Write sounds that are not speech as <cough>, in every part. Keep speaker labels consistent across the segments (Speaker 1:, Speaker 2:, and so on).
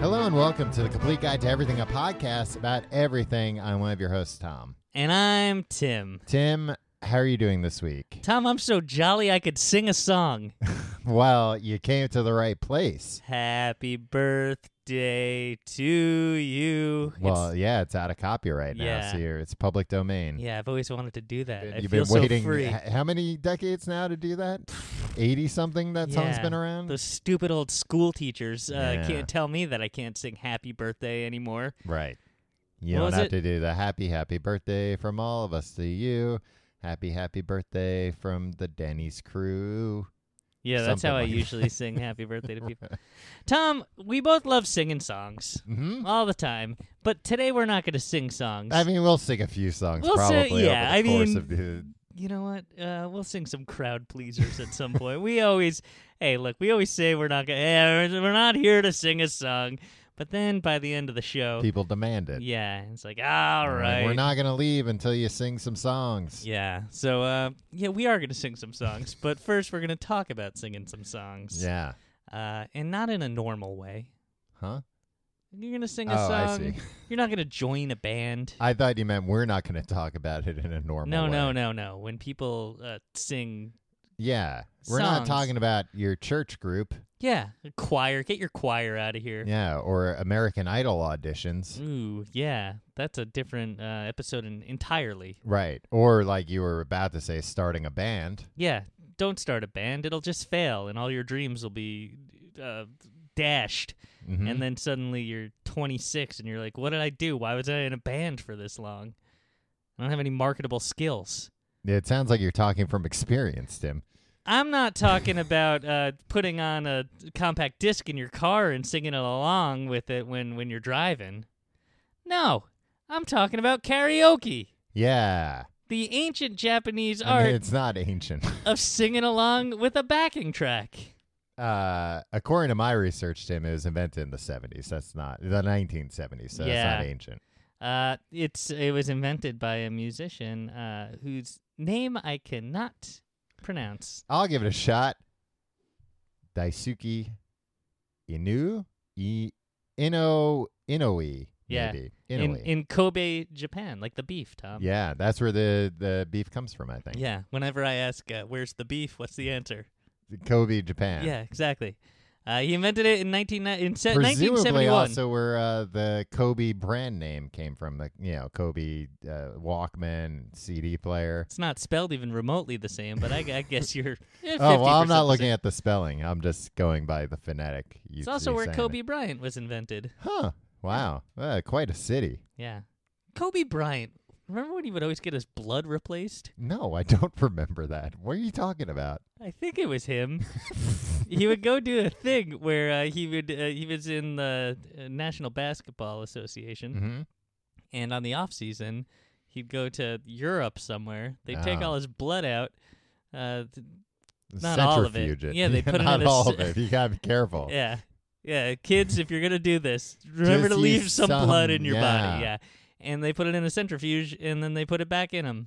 Speaker 1: Hello and welcome to the Complete Guide to Everything, a podcast about everything. I'm one of your hosts, Tom.
Speaker 2: And I'm Tim.
Speaker 1: Tim, how are you doing this week?
Speaker 2: Tom, I'm so jolly I could sing
Speaker 1: <laughs>
Speaker 2: a song.
Speaker 1: Well, you came to the right place.
Speaker 2: Happy birthday to you. It's-
Speaker 1: Well, yeah, it's out of copyright now,
Speaker 2: Yeah.
Speaker 1: so you're, it's public domain.
Speaker 2: yeah, I've always wanted to do that.
Speaker 1: And
Speaker 2: I
Speaker 1: You've
Speaker 2: feel
Speaker 1: been waiting
Speaker 2: so free.
Speaker 1: h- how many decades now to do that? 80 something that song's
Speaker 2: Yeah,
Speaker 1: been around?
Speaker 2: Those stupid old school teachers uh,
Speaker 1: Yeah.
Speaker 2: can't tell me that I can't sing happy birthday anymore.
Speaker 1: Right. You
Speaker 2: What
Speaker 1: don't
Speaker 2: was
Speaker 1: have
Speaker 2: it?
Speaker 1: to do the happy, happy birthday from all of us to you. Happy, happy birthday from the Denny's crew.
Speaker 2: Yeah, that's
Speaker 1: Something
Speaker 2: how I
Speaker 1: like that.
Speaker 2: usually sing happy birthday
Speaker 1: <laughs>
Speaker 2: to people. Tom, we both love singing songs
Speaker 1: hmm
Speaker 2: all the time, but today we're not going to sing songs.
Speaker 1: I mean, we'll sing a few songs
Speaker 2: We'll sing-
Speaker 1: probably
Speaker 2: yeah,
Speaker 1: over
Speaker 2: I
Speaker 1: the course
Speaker 2: mean,
Speaker 1: of the
Speaker 2: you know what? Uh, we'll sing some crowd pleasers at some point. We always, hey, look, we always say we're not gonna, eh, we're we're not here to sing a song, but then by the end of the show,
Speaker 1: people demand it.
Speaker 2: oh. yeah, it's like all
Speaker 1: All
Speaker 2: right,
Speaker 1: We're not gonna leave until you sing some songs.
Speaker 2: Yeah, so uh, yeah, we are gonna sing some songs, but first we're gonna talk about singing some songs.
Speaker 1: Yeah.
Speaker 2: uh, and not in a normal way.
Speaker 1: Huh?
Speaker 2: You're gonna sing a
Speaker 1: Oh, I
Speaker 2: song.
Speaker 1: see.
Speaker 2: <laughs> You're not gonna join a band.
Speaker 1: I thought you meant we're not gonna talk about it in a normal
Speaker 2: no,
Speaker 1: way.
Speaker 2: no, no, no. When people uh, sing,
Speaker 1: Yeah. We're not
Speaker 2: Songs.
Speaker 1: talking about your church group.
Speaker 2: yeah, choir, get your choir out of here.
Speaker 1: Yeah, or American Idol auditions.
Speaker 2: Ooh, yeah, that's a different uh, episode in- entirely.
Speaker 1: Right. Or like you were about to say starting a band.
Speaker 2: Yeah, don't start a band; it'll just fail, and all your dreams will be uh, dashed.
Speaker 1: Mhm.
Speaker 2: And then suddenly you're 26, and you're like, "What did I do? Why was I in a band for this long? I don't have any marketable skills."
Speaker 1: It sounds like you're talking from experience, Tim.
Speaker 2: I'm not talking about uh, putting on a compact disc in your car and singing it along with it when when you're driving. No, I'm talking about karaoke.
Speaker 1: Yeah.
Speaker 2: The ancient Japanese
Speaker 1: I mean,
Speaker 2: art
Speaker 1: it's not ancient. <laughs>
Speaker 2: of singing along with a backing track.
Speaker 1: Uh, according to my research, Tim, it was invented in the 70s. That's not the 1970s, so that's
Speaker 2: Yeah.
Speaker 1: not ancient.
Speaker 2: Uh, it's it was invented by a musician uh, whose name I cannot pronounce.
Speaker 1: I'll give it a shot. Daisuke Inu? I, Ino, Inoue,
Speaker 2: Yeah.
Speaker 1: maybe.
Speaker 2: In,
Speaker 1: Inoue.
Speaker 2: in Kobe, Japan, like the beef, Tom.
Speaker 1: yeah, that's where the, the beef comes from, I think.
Speaker 2: Yeah. Whenever I ask, uh, "Where's the beef?" What's the answer?
Speaker 1: Kobe, Japan.
Speaker 2: Yeah, exactly. Uh, he invented it in nineteen in se-
Speaker 1: Presumably
Speaker 2: 1971.
Speaker 1: also where uh, the Kobe brand name came from, the you know Kobe uh, Walkman CD player.
Speaker 2: It's not spelled even remotely the same, but I, I guess you're. <laughs> eh,
Speaker 1: Oh well, I'm
Speaker 2: 50%
Speaker 1: not
Speaker 2: the
Speaker 1: looking
Speaker 2: same.
Speaker 1: at the spelling. I'm just going by the phonetic. You,
Speaker 2: It's also
Speaker 1: you
Speaker 2: where
Speaker 1: saying
Speaker 2: Kobe
Speaker 1: it.
Speaker 2: Bryant was invented.
Speaker 1: Huh. Wow. Uh, quite a city.
Speaker 2: Yeah. Kobe Bryant. Remember when he would always get his blood replaced?
Speaker 1: No, I don't <laughs> remember that. What are you talking about?
Speaker 2: I think it was <laughs> him. he would go do a thing where uh, he would uh, he was in the uh, National Basketball Association,
Speaker 1: hmm
Speaker 2: and on the off season, he'd go to Europe somewhere. They'd take
Speaker 1: Ah.
Speaker 2: all his blood out. Uh, th- Not all of it.
Speaker 1: Centrifuge it. <laughs>
Speaker 2: Yeah, they put it
Speaker 1: not
Speaker 2: in a
Speaker 1: all
Speaker 2: s-
Speaker 1: of it. You gotta be careful.
Speaker 2: yeah, yeah, kids, if you're gonna do this, remember
Speaker 1: Just
Speaker 2: to leave
Speaker 1: use
Speaker 2: some, blood
Speaker 1: some,
Speaker 2: in your
Speaker 1: yeah.
Speaker 2: body. Yeah, and they put it in a centrifuge, and then they put it back in him.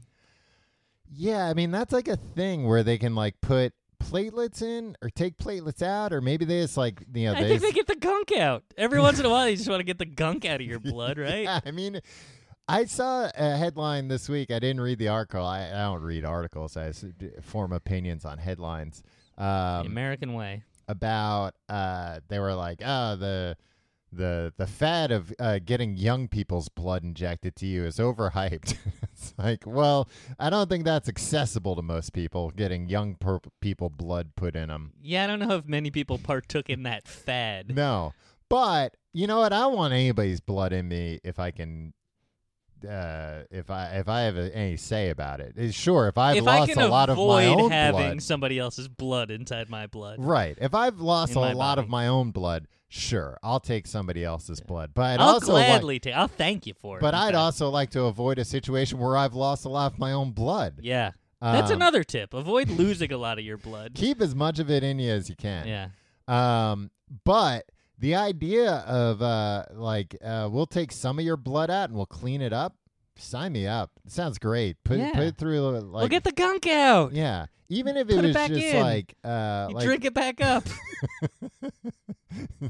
Speaker 1: Yeah, I mean that's like a thing where they can like put platelets in or take platelets out, or maybe they just like you know
Speaker 2: I
Speaker 1: they
Speaker 2: think
Speaker 1: just-
Speaker 2: they get the gunk out every once in a while. You just want to get the gunk out of
Speaker 1: <laughs>
Speaker 2: your blood, right?
Speaker 1: Yeah, I mean, I saw a headline this week. I didn't read the article. I, I don't read articles. I s- d- form opinions on headlines
Speaker 2: The
Speaker 1: um,
Speaker 2: American way.
Speaker 1: about uh, they were like, oh, the the the fad of uh, getting young people's blood injected to you is overhyped. <laughs> it's like, well, I don't think that's accessible to most people. Getting young per- people blood put in them.
Speaker 2: Yeah, I don't know if many people partook in that fad.
Speaker 1: No, but you know what? I don't want anybody's blood in me if I can. Uh, if I if I have a, any say about it, It's- sure. If I've
Speaker 2: if I
Speaker 1: lost
Speaker 2: can
Speaker 1: a lot of my
Speaker 2: avoid
Speaker 1: own
Speaker 2: having
Speaker 1: blood,
Speaker 2: somebody else's blood inside my blood,
Speaker 1: right? If I've lost
Speaker 2: in
Speaker 1: a
Speaker 2: my
Speaker 1: lot of
Speaker 2: body.
Speaker 1: my own blood, sure, I'll take somebody else's blood. But I'd
Speaker 2: I'll
Speaker 1: also like-
Speaker 2: gladly take. I'll thank you for it.
Speaker 1: But
Speaker 2: in
Speaker 1: I'd
Speaker 2: fact.
Speaker 1: also like to avoid a situation where I've lost a lot of my own blood.
Speaker 2: yeah. That's
Speaker 1: Um,
Speaker 2: another tip. Avoid losing a lot of your blood.
Speaker 1: Keep as much of it in you as you can.
Speaker 2: Yeah.
Speaker 1: Um, but the idea of uh, like uh, we'll take some of your blood out and we'll clean it up. Sign me up. sounds great. Put
Speaker 2: Yeah.
Speaker 1: put it through uh, like
Speaker 2: well, get the gunk out.
Speaker 1: yeah. Even if
Speaker 2: Put
Speaker 1: it
Speaker 2: it
Speaker 1: was
Speaker 2: back
Speaker 1: just
Speaker 2: in.
Speaker 1: like uh,
Speaker 2: You
Speaker 1: like
Speaker 2: drink it back up.
Speaker 1: <laughs>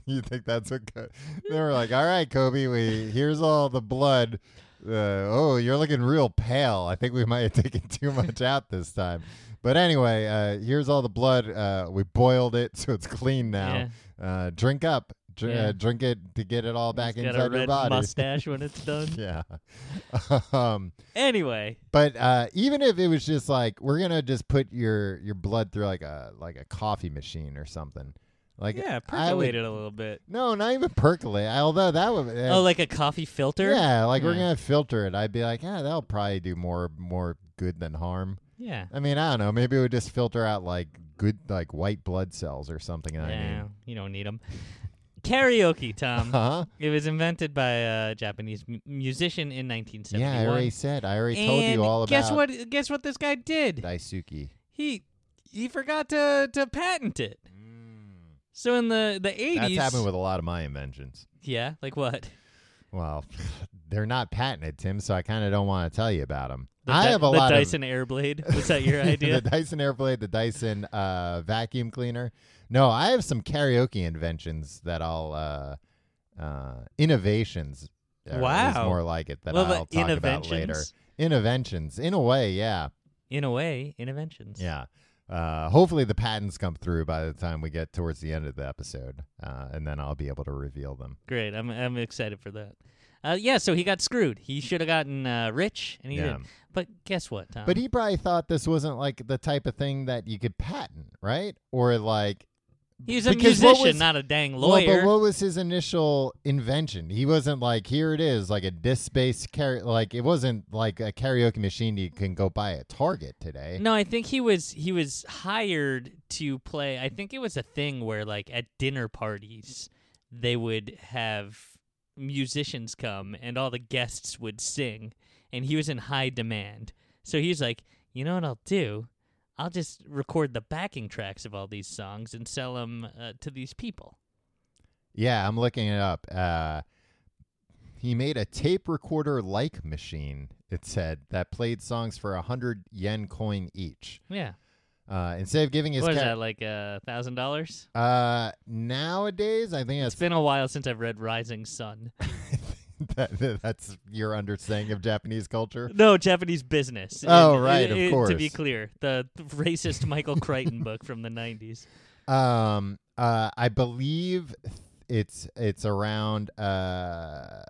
Speaker 1: you think that's what good? They were like, "All right, Kobe, we here's all the blood. Uh, oh, you're looking real pale. I think we might have <laughs> taken too much out this time. But anyway, uh, here's all the blood. Uh, we boiled it, <laughs> so it's clean now. Uh, drink up. Dr-
Speaker 2: Yeah.
Speaker 1: uh, drink it to get it all <laughs> back
Speaker 2: It's
Speaker 1: inside
Speaker 2: got a
Speaker 1: your
Speaker 2: red
Speaker 1: body.
Speaker 2: mustache when it's done.
Speaker 1: <laughs> yeah. um,
Speaker 2: Anyway,
Speaker 1: but uh, even if it was just like we're gonna just put your your blood through like a like a coffee machine or something, like
Speaker 2: yeah,
Speaker 1: I would-
Speaker 2: percolate it a little bit.
Speaker 1: no, not even percolate. Although that would uh,
Speaker 2: Oh, like a coffee filter.
Speaker 1: yeah, like we're
Speaker 2: Yeah.
Speaker 1: gonna filter it. I'd be like, yeah, that'll probably do more more good than harm.
Speaker 2: Yeah.
Speaker 1: I mean, I don't know. Maybe it would just filter out like good like white blood cells or something. I
Speaker 2: Yeah, Um,
Speaker 1: mean,
Speaker 2: you don't need them. Karaoke,
Speaker 1: <laughs>
Speaker 2: Tom.
Speaker 1: huh?
Speaker 2: It was invented by a Japanese mu- musician in 1971.
Speaker 1: Yeah, I already said. I already
Speaker 2: and
Speaker 1: told you all about
Speaker 2: guess what? Guess what this guy did?
Speaker 1: Daisuke.
Speaker 2: He he forgot to to patent it. So in the the 80s,
Speaker 1: Mm. That's happened with a lot of my inventions.
Speaker 2: yeah, like what?
Speaker 1: Well, <laughs> they're not patented, Tim, so I kind of don't want to tell you about them.
Speaker 2: The
Speaker 1: I
Speaker 2: Dy-
Speaker 1: have a
Speaker 2: the
Speaker 1: lot <laughs>
Speaker 2: Dyson Airblade. <laughs> Was that your
Speaker 1: of
Speaker 2: idea?
Speaker 1: the Dyson Airblade, the Dyson uh, vacuum cleaner. No, I have some karaoke inventions that I'll uh, uh, innovations. uh, is
Speaker 2: Wow.
Speaker 1: more like it that
Speaker 2: Well, the
Speaker 1: I'll talk about later.
Speaker 2: innovations.
Speaker 1: Innovations, in a way, yeah,
Speaker 2: In a way, interventions.
Speaker 1: yeah. Uh, hopefully, the patents come through by the time we get towards the end of the episode, uh, and then I'll be able to reveal them.
Speaker 2: Great. I'm I'm excited for that. Uh, yeah, so he got screwed. He should have gotten uh, rich, and he
Speaker 1: Yeah.
Speaker 2: didn't. But guess what, Tom?
Speaker 1: But he probably thought this wasn't like the type of thing that you could patent, right? Or like
Speaker 2: He's a
Speaker 1: because
Speaker 2: musician,
Speaker 1: what was-
Speaker 2: not a dang
Speaker 1: Well,
Speaker 2: lawyer.
Speaker 1: but what was his initial invention? He wasn't like, here it is, like a disc based car- like it wasn't like a karaoke machine you can go buy at Target today.
Speaker 2: No, I think he was he was hired to play. I think it was a thing where like at dinner parties they would have musicians come and all the guests would sing and he was in high demand. So he was like, "You know what I'll do? I'll just record the backing tracks of all these songs and sell them uh, to these people."
Speaker 1: Yeah, I'm looking it up. Uh, he made a tape recorder like machine, it said, that played songs for a hundred yen coin each.
Speaker 2: Yeah.
Speaker 1: Uh, instead of giving his
Speaker 2: What is
Speaker 1: char-
Speaker 2: that like a thousand dollars?
Speaker 1: uh nowadays I think
Speaker 2: It's
Speaker 1: that's <laughs>
Speaker 2: been a while since I've read Rising Sun.
Speaker 1: that, that's your understanding of Japanese <laughs> culture.
Speaker 2: No, Japanese business.
Speaker 1: Oh,
Speaker 2: I-
Speaker 1: right, of
Speaker 2: I- To be
Speaker 1: course.
Speaker 2: clear, the the
Speaker 1: <laughs>
Speaker 2: racist Michael Crichton book from the 90s.
Speaker 1: Um, uh, I believe it's it's around uh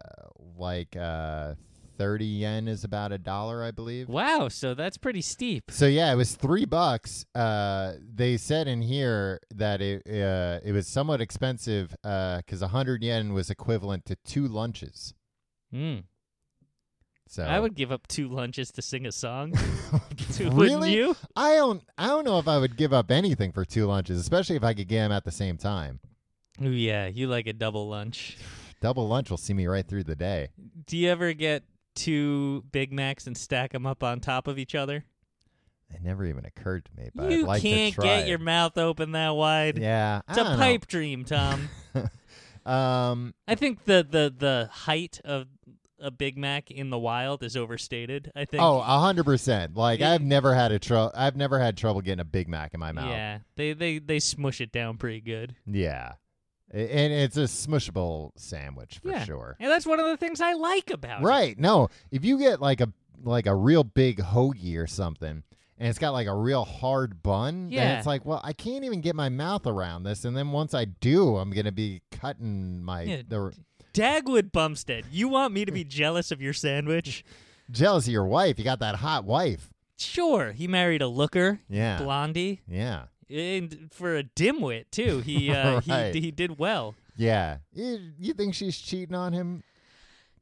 Speaker 1: like uh thirty yen is about a dollar, I believe.
Speaker 2: Wow, so that's pretty steep.
Speaker 1: So yeah, it was three bucks. Uh, they said in here that it uh, it was somewhat expensive because a hundred yen was equivalent to two lunches.
Speaker 2: Mm.
Speaker 1: So
Speaker 2: I would give up two lunches to sing
Speaker 1: <laughs>
Speaker 2: a song. <laughs> Wouldn't
Speaker 1: really,
Speaker 2: you?
Speaker 1: I don't I don't know if I would give up anything for two lunches, especially if I could get them at the same time.
Speaker 2: Ooh, yeah, you like a double lunch.
Speaker 1: Double lunch will see me right through the day.
Speaker 2: Do you ever get two Big Macs and stack them up on top of each other?
Speaker 1: It never even occurred to me, but
Speaker 2: you
Speaker 1: I'd like
Speaker 2: can't
Speaker 1: to try.
Speaker 2: get
Speaker 1: it.
Speaker 2: your mouth open that <laughs> wide.
Speaker 1: yeah.
Speaker 2: It's
Speaker 1: I
Speaker 2: a
Speaker 1: don't
Speaker 2: pipe
Speaker 1: <laughs>
Speaker 2: dream, Tom.
Speaker 1: Know. Um,
Speaker 2: I think the, the, the height of a Big Mac in the wild is overstated. I think
Speaker 1: oh, hundred percent. Like
Speaker 2: Yeah.
Speaker 1: I've never had a trouble. I've never had trouble getting a Big Mac in my mouth.
Speaker 2: Yeah, they they they smush it down pretty good.
Speaker 1: Yeah. I- And it's a smushable sandwich for
Speaker 2: Yeah.
Speaker 1: sure.
Speaker 2: And that's one of the things I like about it.
Speaker 1: Right. No, if you get like a like a real big hoagie or something, and it's got like a real hard bun, then
Speaker 2: Yeah.
Speaker 1: it's like, well, I can't even get my mouth around this. And then once I do, I'm gonna be cutting my
Speaker 2: Yeah.
Speaker 1: the
Speaker 2: Dagwood Bumstead, you want me
Speaker 1: <laughs>
Speaker 2: to be jealous of your sandwich?
Speaker 1: Jealous of your wife. You got that hot wife.
Speaker 2: Sure, he married a looker,
Speaker 1: Yeah.
Speaker 2: Blondie,
Speaker 1: Yeah.
Speaker 2: and for a dimwit too.
Speaker 1: <laughs>
Speaker 2: He uh,
Speaker 1: Right.
Speaker 2: he he did well.
Speaker 1: Yeah. You, you think she's cheating on him?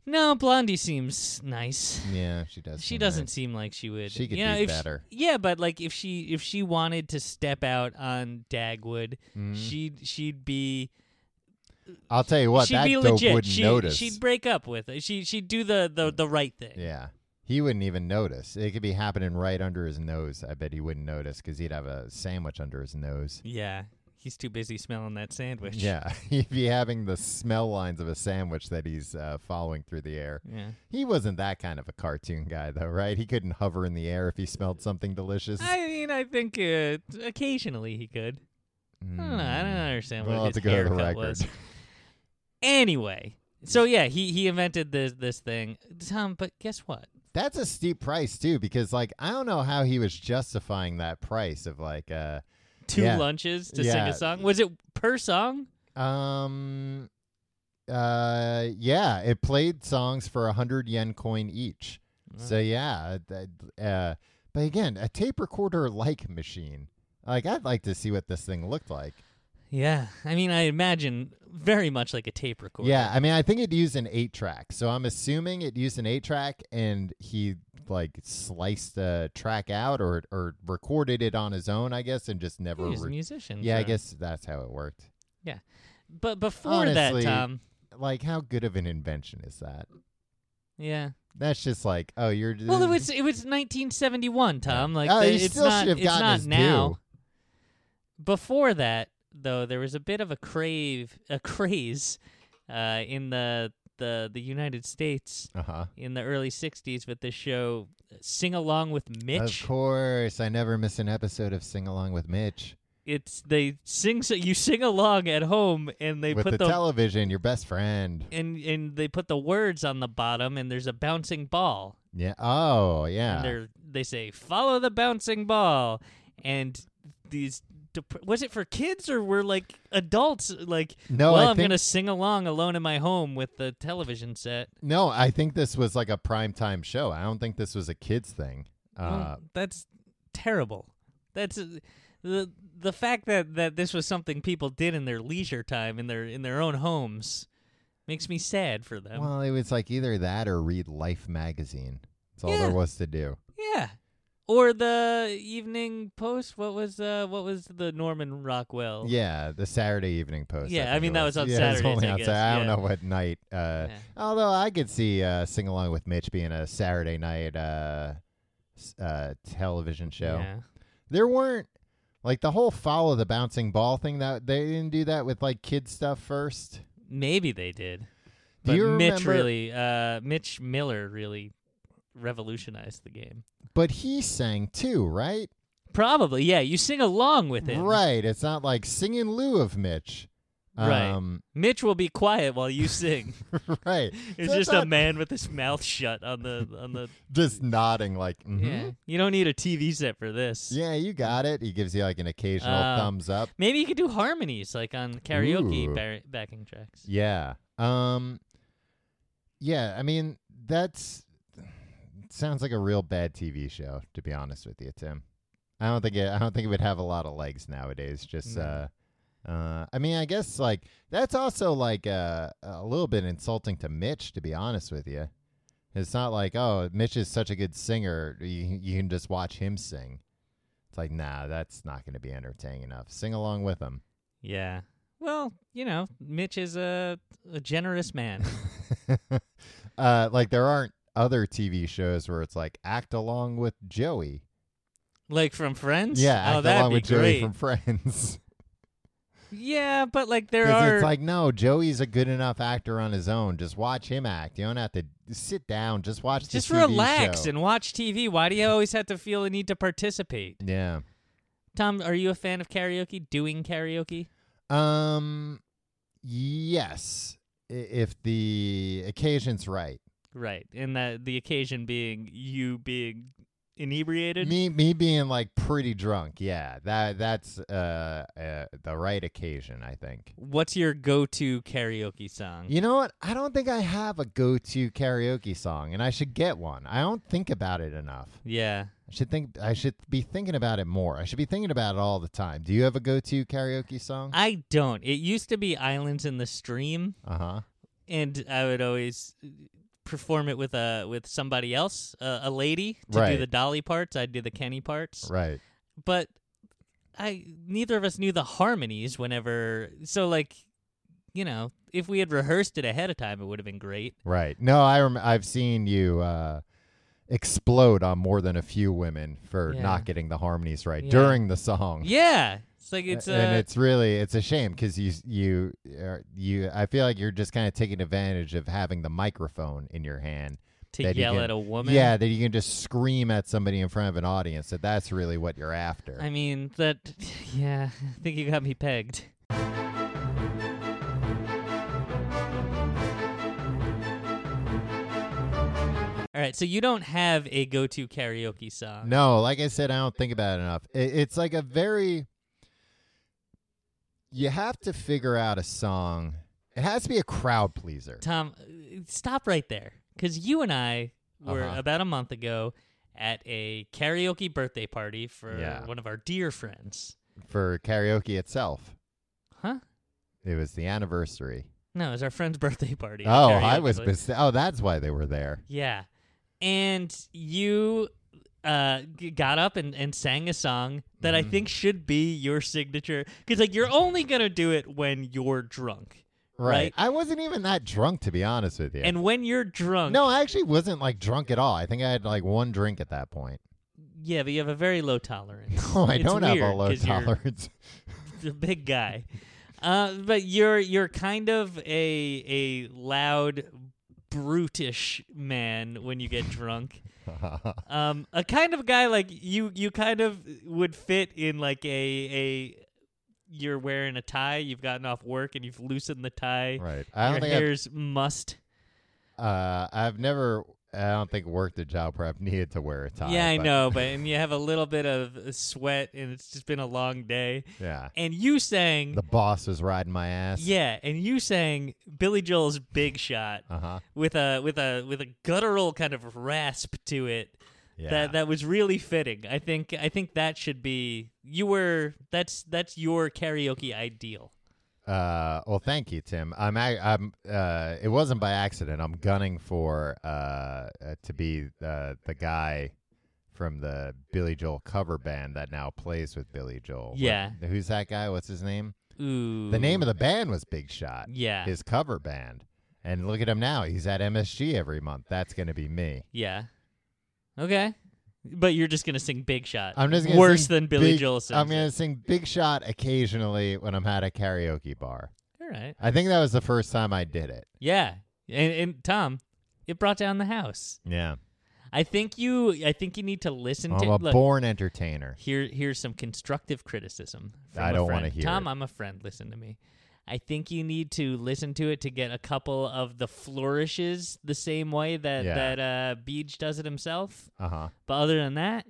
Speaker 2: No, Blondie seems nice.
Speaker 1: Yeah, she does.
Speaker 2: She
Speaker 1: seem
Speaker 2: doesn't
Speaker 1: nice.
Speaker 2: seem like she would.
Speaker 1: She could
Speaker 2: you know,
Speaker 1: do
Speaker 2: if she-
Speaker 1: better.
Speaker 2: yeah, but like if she if she wanted to step out on Dagwood,
Speaker 1: Mm-hmm.
Speaker 2: she'd she'd be
Speaker 1: I'll tell you what,
Speaker 2: she'd
Speaker 1: that
Speaker 2: be
Speaker 1: dope
Speaker 2: legit.
Speaker 1: wouldn't
Speaker 2: She,
Speaker 1: notice.
Speaker 2: She'd break up with. It. She she'd do the the, the right thing.
Speaker 1: Yeah. He wouldn't even notice. It could be happening right under his nose. I bet he wouldn't notice because he'd have a sandwich under his nose.
Speaker 2: Yeah, he's too busy smelling that sandwich.
Speaker 1: Yeah. <laughs> He'd be having the smell lines of a sandwich that he's uh, following through the air.
Speaker 2: Yeah.
Speaker 1: He wasn't that kind of a cartoon guy, though, right? He couldn't hover in the air if he smelled something delicious.
Speaker 2: I mean, I think uh, occasionally he could. I don't know. I
Speaker 1: Mm.
Speaker 2: don't understand what
Speaker 1: Hmm. We'll have
Speaker 2: his
Speaker 1: to go to the
Speaker 2: haircut
Speaker 1: record.
Speaker 2: was. Anyway, so yeah, he he invented this this thing, Tom. But guess what?
Speaker 1: That's a steep price, too, because, like, I don't know how he was justifying that price of, like, uh,
Speaker 2: Two
Speaker 1: Yeah.
Speaker 2: lunches to sing
Speaker 1: Yeah.
Speaker 2: a song. Was it per song?
Speaker 1: Um. Uh. Yeah, it played songs for a hundred yen coin each. So yeah. that- Uh. But again, a tape recorder like machine. Like I'd like to see what this thing looked like.
Speaker 2: Yeah, I mean, I imagine very much like a tape recorder.
Speaker 1: Yeah, I mean, I think it used an eight track. So I'm assuming it used an eight track, and he like sliced a track out or or recorded it on his own, I guess, and just never.
Speaker 2: he was a
Speaker 1: re-
Speaker 2: musician.
Speaker 1: yeah, I
Speaker 2: for-
Speaker 1: guess that's how it worked.
Speaker 2: But before that,
Speaker 1: Honestly-
Speaker 2: Tom.
Speaker 1: Like, how good of an invention is that?
Speaker 2: Yeah.
Speaker 1: That's just like, oh, you're.
Speaker 2: Well, it was it was 1971, Tom. Like
Speaker 1: Oh,
Speaker 2: the-
Speaker 1: he
Speaker 2: it's
Speaker 1: still
Speaker 2: not
Speaker 1: should have
Speaker 2: it's
Speaker 1: gotten
Speaker 2: not
Speaker 1: his
Speaker 2: now. Before that, though, there was a bit of a crave a craze uh, in the the the United States
Speaker 1: Uh huh.
Speaker 2: in the early 60s with this show Sing Along with Mitch.
Speaker 1: Of course, I never miss an episode of Sing Along with Mitch.
Speaker 2: It's they sing so you sing along at home and they
Speaker 1: with
Speaker 2: put
Speaker 1: the, television, your best friend.
Speaker 2: and and they put the words on the bottom and there's a bouncing ball
Speaker 1: Yeah. Oh, yeah.
Speaker 2: and they're they say follow the bouncing ball and these dep- was it for kids or were like adults like
Speaker 1: No,
Speaker 2: well
Speaker 1: I
Speaker 2: am
Speaker 1: think-
Speaker 2: gonna sing along alone in my home with the television set
Speaker 1: no, I think this was like a primetime show. I don't think this was a kids thing.
Speaker 2: Oh,
Speaker 1: Uh,
Speaker 2: Well, that's terrible that's uh, the the fact that that this was something people did in their leisure time in their in their own homes makes me sad for them
Speaker 1: well, it was like either that or read Life magazine. That's all
Speaker 2: Yeah.
Speaker 1: there was to do.
Speaker 2: yeah or the evening post what was uh what was the norman rockwell
Speaker 1: Yeah, the Saturday Evening Post.
Speaker 2: Oh. Yeah,
Speaker 1: think
Speaker 2: I
Speaker 1: it
Speaker 2: mean, that was on
Speaker 1: yeah, It's
Speaker 2: Saturdays,
Speaker 1: only
Speaker 2: I
Speaker 1: on
Speaker 2: guess,
Speaker 1: Saturday. I don't
Speaker 2: yeah.
Speaker 1: know what night. Uh,
Speaker 2: Yeah.
Speaker 1: Although I could see uh, Sing Along with Mitch being a Saturday night uh, s- uh, television show.
Speaker 2: yeah
Speaker 1: there weren't like the whole follow the bouncing ball thing that they didn't do that with like kid stuff first.
Speaker 2: Maybe they did.
Speaker 1: Do
Speaker 2: But
Speaker 1: you
Speaker 2: Mitch
Speaker 1: remember-
Speaker 2: really uh Mitch Miller really revolutionized the game.
Speaker 1: But he sang too, right?
Speaker 2: Probably, yeah. You sing along with him.
Speaker 1: Right. It's not like sing in lieu of Mitch.
Speaker 2: Right.
Speaker 1: Um,
Speaker 2: Mitch will be quiet while
Speaker 1: <laughs>
Speaker 2: you sing.
Speaker 1: right.
Speaker 2: <laughs> It's
Speaker 1: So
Speaker 2: just a
Speaker 1: not
Speaker 2: man with his mouth shut on the on the
Speaker 1: just nodding like, mhm.
Speaker 2: Yeah. You don't need a TV set for this.
Speaker 1: yeah, you got it. He gives you like an occasional
Speaker 2: Uh,
Speaker 1: thumbs up.
Speaker 2: Maybe you could do harmonies like on karaoke
Speaker 1: Ooh.
Speaker 2: bar- backing tracks.
Speaker 1: Yeah. Um Yeah, I mean, that's sounds like a real bad TV show to be honest with you, Tim. I don't think it I don't think it would have a lot of legs nowadays just uh
Speaker 2: No.
Speaker 1: uh, I mean, I guess like that's also like uh, a little bit insulting to Mitch, to be honest with you. It's not like oh, Mitch is such a good singer, you you can just watch him sing. It's like nah, that's not going to be entertaining enough. Sing along with him.
Speaker 2: Yeah. Well, you know, Mitch is a, a
Speaker 1: <laughs>
Speaker 2: generous man.
Speaker 1: uh, like there aren't other TV shows where it's like act along with Joey.
Speaker 2: like from Friends?
Speaker 1: Yeah,
Speaker 2: oh,
Speaker 1: act
Speaker 2: that'd
Speaker 1: along
Speaker 2: be
Speaker 1: with Joey
Speaker 2: great.
Speaker 1: from <laughs> Friends.
Speaker 2: Yeah, but like there
Speaker 1: 'Cause
Speaker 2: are
Speaker 1: it's like no, Joey's a good enough actor on his own. Just watch him act. You don't have to sit down. Just watch. the
Speaker 2: Just
Speaker 1: TV
Speaker 2: relax
Speaker 1: show.
Speaker 2: and watch TV. Why do you always have to feel the need to participate?
Speaker 1: yeah.
Speaker 2: Tom, are you a fan of karaoke? Doing karaoke?
Speaker 1: Um. Yes, i- if the occasion's right.
Speaker 2: Right. And that the occasion being you being inebriated?
Speaker 1: me me being like pretty drunk yeah that that's uh, uh the right occasion i think
Speaker 2: What's your go-to karaoke song?
Speaker 1: you know what i don't think i have a go-to karaoke song and i should get one i don't think about it enough
Speaker 2: Yeah.
Speaker 1: i should think i should be thinking about it more i should be thinking about it all the time do you have a go-to karaoke song
Speaker 2: I don't. It used to be Islands in the Stream, <laughs>
Speaker 1: uh-huh
Speaker 2: and I would always uh, perform it with a with somebody else, uh, a lady, to
Speaker 1: Right.
Speaker 2: do the Dolly parts. I'd do the Kenny parts.
Speaker 1: right
Speaker 2: but I neither of us knew the harmonies whenever so like you know if we had rehearsed it ahead of time it would have been
Speaker 1: <laughs>
Speaker 2: great
Speaker 1: right no i rem- i've seen you uh explode on more than a few women for
Speaker 2: Yeah.
Speaker 1: not getting the harmonies right
Speaker 2: Yeah.
Speaker 1: during the song
Speaker 2: yeah it's like it's
Speaker 1: A- and
Speaker 2: uh
Speaker 1: it's really it's a shame because you you are, you I feel like you're just kind of taking advantage of having the microphone in your hand.
Speaker 2: to
Speaker 1: that you
Speaker 2: yell
Speaker 1: can-
Speaker 2: at a woman
Speaker 1: Yeah, that you can just scream at somebody in front of an audience. That that's really what you're after.
Speaker 2: I mean that <laughs> yeah I think you got me pegged all right so you don't have a go-to karaoke song
Speaker 1: no, like I said, I don't think about it enough. It, it's like a very you have to figure out a song. It has to be a crowd pleaser.
Speaker 2: Tom, uh, stop right there. Because you and I were
Speaker 1: Uh-huh.
Speaker 2: about a month ago at a karaoke birthday party for
Speaker 1: Yeah.
Speaker 2: one of our dear friends.
Speaker 1: For karaoke itself,
Speaker 2: Huh?
Speaker 1: it was the anniversary.
Speaker 2: No, it was our friend's <laughs> birthday party.
Speaker 1: Oh, I
Speaker 2: Karaoke
Speaker 1: was.
Speaker 2: place.
Speaker 1: Bes- oh, that's why they were there.
Speaker 2: Yeah. And you uh, g- got up and, and sang a song that I
Speaker 1: Mm.
Speaker 2: think should be your signature. Because, like, you're only going to do it when you're drunk. Right.
Speaker 1: I wasn't even that drunk to be honest with you.
Speaker 2: And when you're drunk.
Speaker 1: no, I actually wasn't like drunk at all. I think I had like one drink at that point. <laughs>
Speaker 2: Yeah, but you have a very low tolerance.
Speaker 1: Oh, I
Speaker 2: It's
Speaker 1: don't have a
Speaker 2: weird
Speaker 1: low
Speaker 2: 'cause you're-
Speaker 1: tolerance.
Speaker 2: the <laughs> big guy. Uh, but you're you're kind of a a loud, brutish man when you get drunk. <laughs> um, a kind of guy like you you kind of would fit in like a a you're wearing a tie. You've gotten off work and you've loosened the tie.
Speaker 1: right. I
Speaker 2: Your
Speaker 1: don't think
Speaker 2: hair's must.
Speaker 1: I've, uh, I've never. I don't think worked a job where I've <laughs> needed to wear a tie.
Speaker 2: yeah, I
Speaker 1: but- <laughs>
Speaker 2: know, but and you have a little bit of uh, sweat, and it's just been a
Speaker 1: <laughs>
Speaker 2: long day.
Speaker 1: Yeah.
Speaker 2: And you sang
Speaker 1: The boss was riding my ass.
Speaker 2: Yeah, and you sang Billy Joel's "Big Shot"
Speaker 1: Uh huh.
Speaker 2: with a with a with a guttural kind of rasp to it
Speaker 1: Yeah.
Speaker 2: that that was really fitting. I think I think that should be you were that's that's your karaoke ideal.
Speaker 1: Uh, well, thank you, Tim. I'm. I, I'm. Uh, it wasn't by accident. I'm gunning for uh, uh to be uh, the guy from the Billy Joel cover band that now plays with Billy Joel. What-
Speaker 2: Yeah.
Speaker 1: who's that guy? What's his name?
Speaker 2: Ooh,
Speaker 1: The name of the band was Big Shot.
Speaker 2: yeah
Speaker 1: His cover band. And look at him now. He's at MSG every month. That's going to be me.
Speaker 2: yeah okay, but you're just gonna sing "Big Shot."
Speaker 1: I'm just gonna
Speaker 2: worse
Speaker 1: sing
Speaker 2: than Billy
Speaker 1: Big-
Speaker 2: Joel. Sings
Speaker 1: I'm
Speaker 2: it.
Speaker 1: going to sing Big Shot occasionally when I'm at a karaoke bar.
Speaker 2: All right,
Speaker 1: I think that was the first time I did it.
Speaker 2: yeah, and, and Tom, it brought down the house.
Speaker 1: Yeah.
Speaker 2: I think you I think you need to listen
Speaker 1: I'm
Speaker 2: to
Speaker 1: a
Speaker 2: look,
Speaker 1: born entertainer.
Speaker 2: Here, here's some constructive criticism. From
Speaker 1: I
Speaker 2: a
Speaker 1: don't
Speaker 2: friend.
Speaker 1: wanna hear
Speaker 2: Tom,
Speaker 1: it.
Speaker 2: I'm a friend. Listen to me. I think you need to listen to it to get a couple of the flourishes the same way that
Speaker 1: Yeah.
Speaker 2: that uh, Beej does it himself.
Speaker 1: Uh huh.
Speaker 2: But other than that,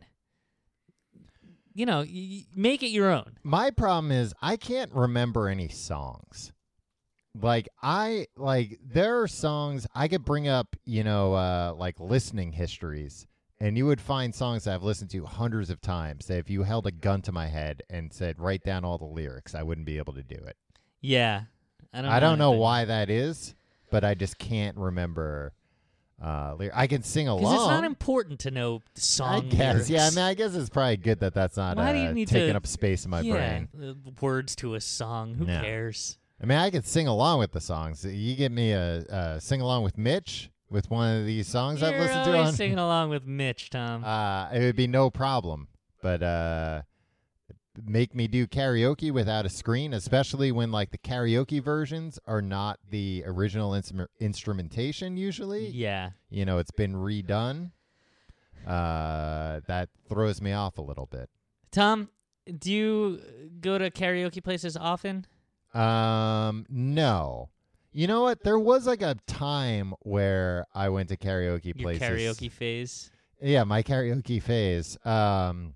Speaker 2: you know, y- y- make it your own.
Speaker 1: My problem is I can't remember any songs. Like I like there are songs I could bring up, you know, uh like listening histories and you would find songs that I've listened to hundreds of times that if you held a gun to my head and said write down all the lyrics, I wouldn't be able to do it.
Speaker 2: Yeah, I
Speaker 1: I
Speaker 2: don't.
Speaker 1: don't, know
Speaker 2: know anything.
Speaker 1: why that is, but I just can't remember uh lyric. I can sing
Speaker 2: 'Cause
Speaker 1: along.
Speaker 2: it's not important to know
Speaker 1: I
Speaker 2: song
Speaker 1: guess.
Speaker 2: lyrics.
Speaker 1: Yeah, I mean I guess it's probably good that that's not
Speaker 2: Why
Speaker 1: uh,
Speaker 2: do you need to-
Speaker 1: taking up space in my
Speaker 2: yeah,
Speaker 1: brain.
Speaker 2: uh, words to a song. Who
Speaker 1: No.
Speaker 2: cares?
Speaker 1: I mean, I could sing along with the songs. You get me a, a sing along with Mitch with one of these songs
Speaker 2: You're
Speaker 1: I've listened to
Speaker 2: always
Speaker 1: on. <laughs>
Speaker 2: singing along with Mitch, Tom.
Speaker 1: Uh, it would be no problem. But uh, make me do karaoke without a screen, especially when like the karaoke versions are not the original instru- instrumentation. Usually,
Speaker 2: yeah.
Speaker 1: you know, it's been redone. Uh, that throws me off a little bit.
Speaker 2: Tom, do you go to karaoke places often?
Speaker 1: Um, no. You know what? There was like a time where I went to karaoke
Speaker 2: Your
Speaker 1: places.
Speaker 2: karaoke phase.
Speaker 1: yeah, my karaoke phase. Um,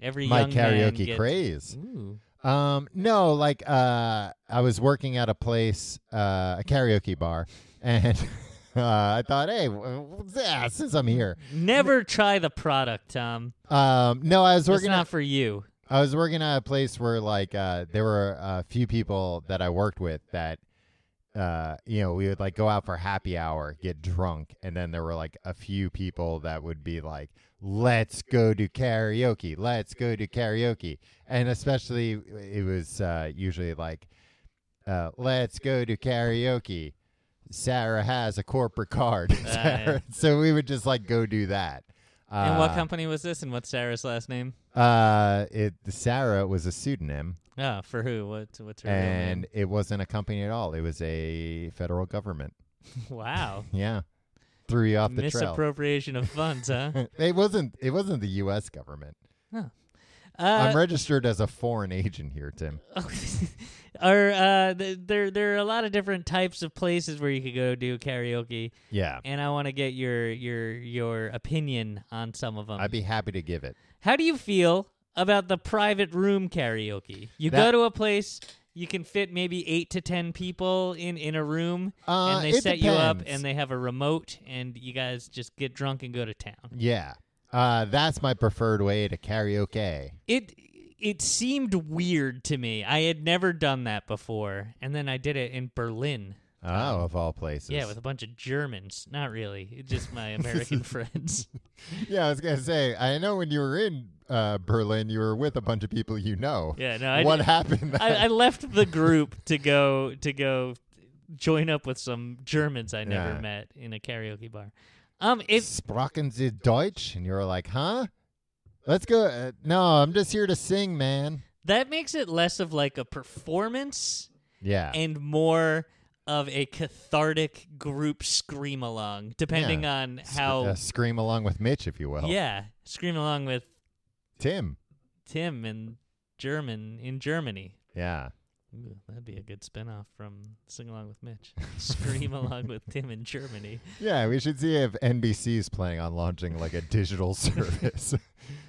Speaker 2: Every
Speaker 1: my
Speaker 2: young man
Speaker 1: karaoke
Speaker 2: gets-
Speaker 1: craze.
Speaker 2: Ooh.
Speaker 1: Um, no, like uh, I was working at a place, uh, a karaoke bar, and <laughs> uh, I thought, hey, w- w- yeah, since I'm here,
Speaker 2: Never try the product, Tom.
Speaker 1: um, no, I was
Speaker 2: It's
Speaker 1: working.
Speaker 2: not
Speaker 1: at,
Speaker 2: for you.
Speaker 1: I was working at a place where like uh, there were a few people that I worked with that. Uh, you know, we would like go out for happy hour, get drunk, and then there were like a few people that would be like, "Let's go to karaoke, let's go to karaoke," and especially it was uh, usually like uh, let's go to karaoke. Sarah has a corporate card. <laughs> Sarah- So we would just like go do that. Uh,
Speaker 2: and what company was this? And what's Sarah's last name?
Speaker 1: Uh, it Sarah was a pseudonym,
Speaker 2: Oh, for who? What? What's her real
Speaker 1: and it wasn't a company at all. It was a federal government.
Speaker 2: name?
Speaker 1: <laughs>
Speaker 2: <laughs> Wow.
Speaker 1: Yeah, threw you off the trail.
Speaker 2: Misappropriation of
Speaker 1: <laughs>
Speaker 2: funds, huh?
Speaker 1: it wasn't. It wasn't the U.S. government.
Speaker 2: Uh,
Speaker 1: I'm registered as a foreign agent here, Tim.
Speaker 2: or uh, th- there there are a lot of different types of places where you could go do karaoke,
Speaker 1: Yeah,
Speaker 2: and I want to get your your your opinion on some of them.
Speaker 1: I'd be happy to give it.
Speaker 2: How do you feel about the private room karaoke? You
Speaker 1: That-
Speaker 2: go to a place. You can fit maybe eight to ten people in, in a room,
Speaker 1: Uh,
Speaker 2: and they
Speaker 1: it
Speaker 2: set you up,
Speaker 1: depends.
Speaker 2: and they have a remote, and you guys just get drunk and go to town.
Speaker 1: Yeah, uh, that's my preferred way to karaoke.
Speaker 2: it it seemed weird to me. I had never done that before, and then I did it in Berlin.
Speaker 1: Oh, of all places.
Speaker 2: Yeah, with a bunch of Germans. Not really. It's Just <laughs> my American friends.
Speaker 1: yeah. I was gonna say, I know when you were in uh, Berlin, you were with a bunch of people you know.
Speaker 2: Yeah, no, I
Speaker 1: what
Speaker 2: did-
Speaker 1: happened?
Speaker 2: I,
Speaker 1: that-
Speaker 2: I left the group to go to go join up with some Germans I never
Speaker 1: Yeah.
Speaker 2: met in a karaoke bar. Um, it
Speaker 1: Sprachen Sie Deutsch? And you were like, huh? Let's go. Uh, no, I'm just here to sing, man.
Speaker 2: that makes it less of like a performance
Speaker 1: Yeah.
Speaker 2: and more of a cathartic group scream along, depending
Speaker 1: Yeah.
Speaker 2: on
Speaker 1: Sc-
Speaker 2: how.
Speaker 1: uh, scream along with Mitch, if you will.
Speaker 2: yeah, scream along with
Speaker 1: Tim.
Speaker 2: Tim in German in Germany.
Speaker 1: Yeah.
Speaker 2: Ooh, that'd be a good spinoff from Sing Along with Mitch.
Speaker 1: <laughs>
Speaker 2: Scream Along with Tim in Germany.
Speaker 1: Yeah, we should see if NBC's planning on launching like a digital <laughs> service.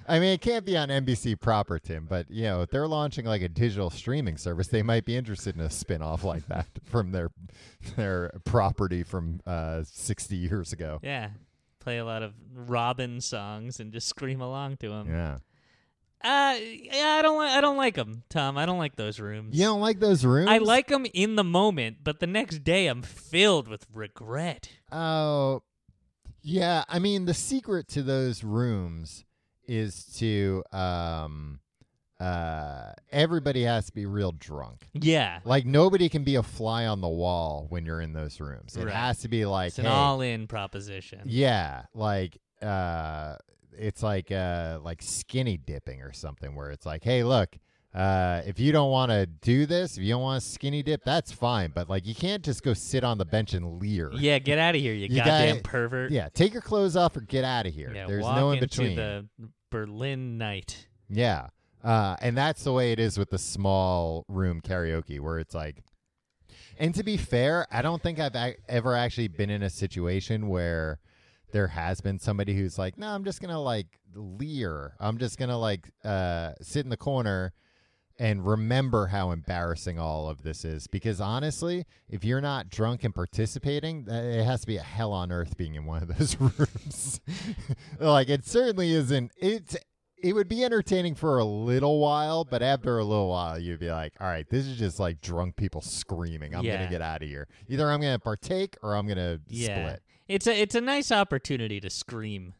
Speaker 1: I mean, it can't be on NBC proper, Tim, but you know, if they're launching like a digital streaming service, they might be interested in a spin-off like that <laughs> from their their property from uh, 60 years ago.
Speaker 2: Yeah. Play a lot of Robin songs and just scream along to them.
Speaker 1: Yeah.
Speaker 2: Uh, yeah, I don't like I don't like them, Tom. I don't like those rooms.
Speaker 1: You don't like those rooms?
Speaker 2: I like them in the moment, but the next day I'm filled with regret.
Speaker 1: Oh, yeah. I mean, the secret to those rooms is to um, uh, everybody has to be real drunk.
Speaker 2: Yeah.
Speaker 1: Like nobody can be a fly on the wall when you're in those rooms. It
Speaker 2: Right.
Speaker 1: has to be like,
Speaker 2: It's an
Speaker 1: hey,
Speaker 2: all-in proposition.
Speaker 1: yeah, like uh, it's like uh, like skinny dipping or something where it's like, hey, look. Uh, if you don't want to do this, if you don't want to skinny dip, that's fine. But like, you can't just go sit on the bench and leer.
Speaker 2: Yeah, get out of here, you,
Speaker 1: You
Speaker 2: goddamn
Speaker 1: gotta-
Speaker 2: pervert.
Speaker 1: Yeah, take your clothes off or get out of here.
Speaker 2: Yeah,
Speaker 1: There's
Speaker 2: walk
Speaker 1: no in
Speaker 2: into
Speaker 1: between.
Speaker 2: the Berlin night.
Speaker 1: Yeah. Uh, and that's the way it is with the small room karaoke, where it's like, and to be fair, I don't think I've ac ever actually been in a situation where there has been somebody who's like, no, I'm just going to like leer. I'm just going to like uh, sit in the corner and remember how embarrassing all of this is. Because honestly, if you're not drunk and participating, th- it has to be a hell on earth being in one of those <laughs> rooms. like it certainly isn't. It's it would be entertaining for a little while, but after a little while, you'd be like, "All right, this is just like drunk people screaming. I'm
Speaker 2: Yeah.
Speaker 1: gonna get out of here. Either I'm gonna partake or I'm gonna
Speaker 2: Yeah.
Speaker 1: split."
Speaker 2: It's a it's a nice opportunity to scream.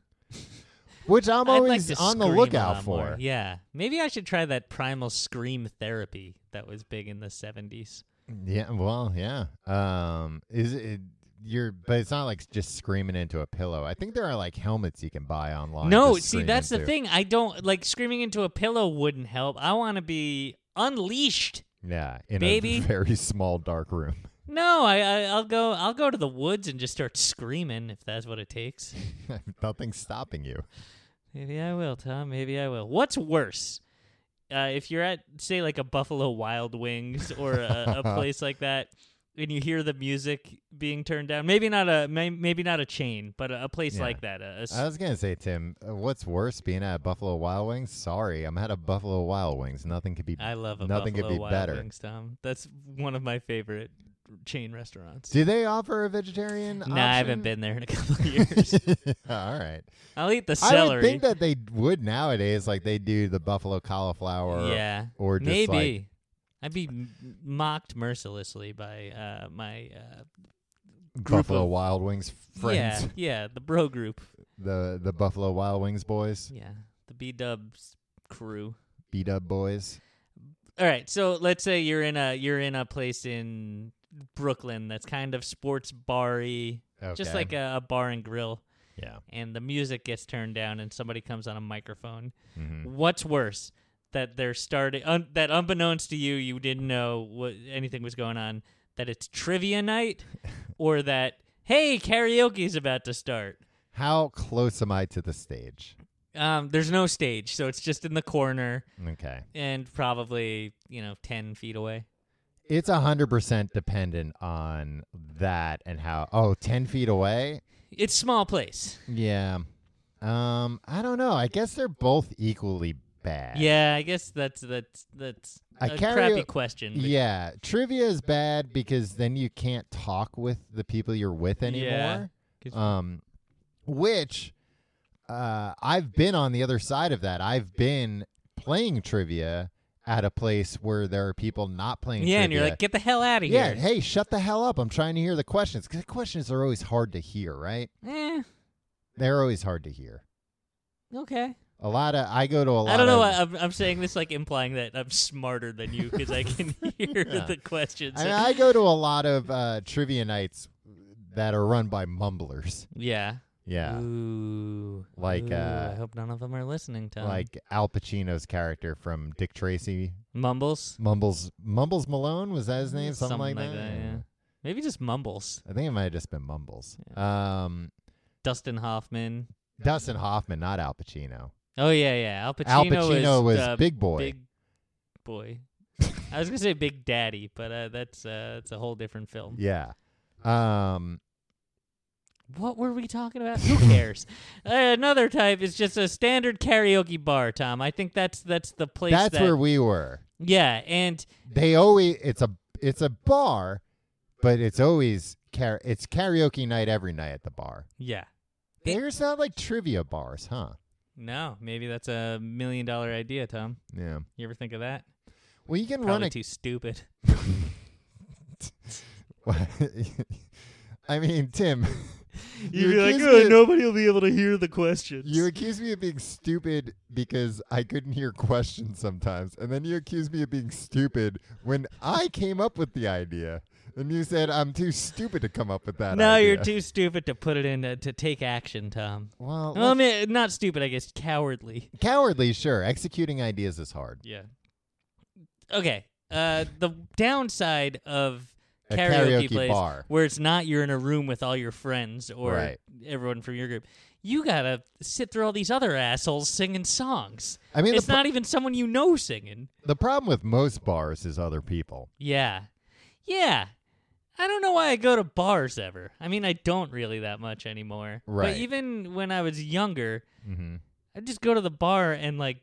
Speaker 1: Which I'm
Speaker 2: I'd
Speaker 1: always
Speaker 2: like to
Speaker 1: on the
Speaker 2: scream a
Speaker 1: lookout
Speaker 2: lot
Speaker 1: for.
Speaker 2: more. Yeah. Maybe I should try that primal scream therapy that was big in the seventies.
Speaker 1: Yeah, well, yeah. Um, is it you're, but it's not like just screaming into a pillow. I think there are like helmets you can buy online.
Speaker 2: No,
Speaker 1: to
Speaker 2: see
Speaker 1: scream
Speaker 2: that's the
Speaker 1: into.
Speaker 2: thing. I don't like screaming into a pillow wouldn't help. I want to be unleashed.
Speaker 1: Yeah, in
Speaker 2: Baby.
Speaker 1: a <laughs> very small dark room. <laughs>
Speaker 2: No, I, I I'll go I'll go to the woods and just start screaming if that's what it takes.
Speaker 1: Nothing's stopping you.
Speaker 2: Maybe I will, Tom. Maybe I will. What's worse?
Speaker 1: <laughs>
Speaker 2: Uh, if you're at, say, like a Buffalo Wild Wings or a, a place like that, and you hear the music being turned down. Maybe not a may, maybe not a chain, but a, a place
Speaker 1: Yeah.
Speaker 2: like that. A, a s-
Speaker 1: I was gonna say, Tim, uh, what's worse, being at Buffalo Wild Wings? Sorry, I'm at a Buffalo Wild Wings. Nothing could be.
Speaker 2: I love a
Speaker 1: nothing
Speaker 2: Buffalo
Speaker 1: could be
Speaker 2: Wild
Speaker 1: better.
Speaker 2: Wings, Tom. That's one of my favorite chain restaurants.
Speaker 1: Do they offer a vegetarian?
Speaker 2: nah, I haven't been there in a couple
Speaker 1: <laughs>
Speaker 2: of years.
Speaker 1: All right.
Speaker 2: I'll eat the
Speaker 1: I would
Speaker 2: celery.
Speaker 1: think that they would nowadays, like they do the buffalo cauliflower.
Speaker 2: yeah,
Speaker 1: or just
Speaker 2: maybe
Speaker 1: like-
Speaker 2: I'd be m- mocked mercilessly by uh, my uh, group
Speaker 1: Buffalo
Speaker 2: of-
Speaker 1: Wild Wings friends.
Speaker 2: Yeah, yeah, the bro group.
Speaker 1: <laughs> The the Buffalo Wild Wings boys,
Speaker 2: Yeah, the B Dubs crew.
Speaker 1: B Dub boys.
Speaker 2: All right, so let's say you're in a you're in a place in Brooklyn that's kind of sports bar-y, just
Speaker 1: Okay.
Speaker 2: like a, a bar and grill,
Speaker 1: yeah.
Speaker 2: and the music gets turned down, and somebody comes on a microphone.
Speaker 1: hmm
Speaker 2: What's worse, that they're starting un, that unbeknownst to you, you didn't know what anything was going on, that it's
Speaker 1: <laughs>
Speaker 2: trivia night, or that hey, karaoke's about to start.
Speaker 1: How close am I to the stage?
Speaker 2: Um, there's no stage, so it's just in the corner
Speaker 1: Okay.
Speaker 2: and probably you know ten feet away.
Speaker 1: It's a hundred percent dependent on that and how. Oh, 10 feet away.
Speaker 2: It's small place.
Speaker 1: Yeah. Um, I don't know. I guess they're both equally bad.
Speaker 2: Yeah, I guess that's that's that's
Speaker 1: I
Speaker 2: a
Speaker 1: carry
Speaker 2: crappy
Speaker 1: a-
Speaker 2: question. but-
Speaker 1: Yeah, trivia is bad because then you can't talk with the people you're with anymore.
Speaker 2: 'Cause-
Speaker 1: Um, which uh, I've been on the other side of that. I've been playing trivia at a place where there are people not playing.
Speaker 2: <laughs> yeah, and you're
Speaker 1: trivia.
Speaker 2: like, get the hell out of
Speaker 1: yeah,
Speaker 2: here.
Speaker 1: hey, shut the hell up! I'm trying to hear the questions because the questions are always hard to hear, right?
Speaker 2: Eh,
Speaker 1: They're always hard to hear.
Speaker 2: okay.
Speaker 1: A lot of I go to a lot.
Speaker 2: I don't know.
Speaker 1: of-
Speaker 2: why I'm, I'm saying this like implying that I'm smarter than you because
Speaker 1: <laughs>
Speaker 2: I can hear
Speaker 1: Yeah.
Speaker 2: the questions.
Speaker 1: I, mean, I go to a lot of uh, trivia nights that are run by mumblers.
Speaker 2: yeah.
Speaker 1: Yeah.
Speaker 2: Ooh.
Speaker 1: Like,
Speaker 2: Ooh,
Speaker 1: uh,
Speaker 2: I hope none of them are listening. Tom.
Speaker 1: like Al Pacino's character from Dick Tracy,
Speaker 2: mumbles.
Speaker 1: Mumbles Mumbles Malone was that his name? Something, like, that.
Speaker 2: yeah. Maybe just mumbles.
Speaker 1: I think it might have just been Mumbles. Um,
Speaker 2: Dustin Hoffman.
Speaker 1: Dustin Hoffman, not Al Pacino.
Speaker 2: Oh yeah, yeah. Al Pacino,
Speaker 1: Al Pacino
Speaker 2: is,
Speaker 1: was
Speaker 2: uh,
Speaker 1: Big Boy.
Speaker 2: Big boy. I was gonna say Big <laughs> Daddy, but uh, that's uh, that's a whole different film.
Speaker 1: <laughs> Yeah. Um,
Speaker 2: What were we talking about? Who
Speaker 1: <laughs>
Speaker 2: cares? uh, another type is just a standard karaoke bar, Tom. I think that's that's the place.
Speaker 1: that's
Speaker 2: that,
Speaker 1: where we were.
Speaker 2: Yeah, and
Speaker 1: They always it's a it's a bar, but it's always car- it's karaoke night every night at the bar.
Speaker 2: yeah. It-
Speaker 1: There's not like trivia bars, huh?
Speaker 2: No, maybe that's a million dollar idea, Tom.
Speaker 1: Yeah.
Speaker 2: You ever think of that?
Speaker 1: Well, you can run
Speaker 2: Probably
Speaker 1: a <laughs>
Speaker 2: too stupid.
Speaker 1: <laughs> I mean, Tim,
Speaker 2: You'd
Speaker 1: you
Speaker 2: be like,
Speaker 1: accuse
Speaker 2: "Oh,
Speaker 1: me-
Speaker 2: nobody will be able to hear the questions.
Speaker 1: you accuse me of being stupid because I couldn't hear questions sometimes, and then you accuse me of being stupid when I came up with the idea, and you said I'm too stupid to come up with that.
Speaker 2: <laughs> no,
Speaker 1: <laughs> idea.
Speaker 2: you're too stupid to put it in uh, to, to take action, Tom.
Speaker 1: well.
Speaker 2: Well, I
Speaker 1: let's-
Speaker 2: mean, not stupid, I guess, cowardly.
Speaker 1: Cowardly, sure. Executing ideas is hard.
Speaker 2: Yeah. Okay. Uh, the downside of
Speaker 1: A
Speaker 2: karaoke,
Speaker 1: karaoke
Speaker 2: place
Speaker 1: bar.
Speaker 2: where it's not you're in a room with all your friends or
Speaker 1: Right.
Speaker 2: everyone from your group, you gotta sit through all these other assholes singing songs.
Speaker 1: I mean, the,
Speaker 2: it's
Speaker 1: pro-
Speaker 2: not even someone you know singing.
Speaker 1: the problem with most bars is other people.
Speaker 2: Yeah. Yeah. I don't know why I go to bars ever. I mean, I don't really that much anymore.
Speaker 1: Right.
Speaker 2: But even when I was younger,
Speaker 1: Mm-hmm.
Speaker 2: I just go to the bar and like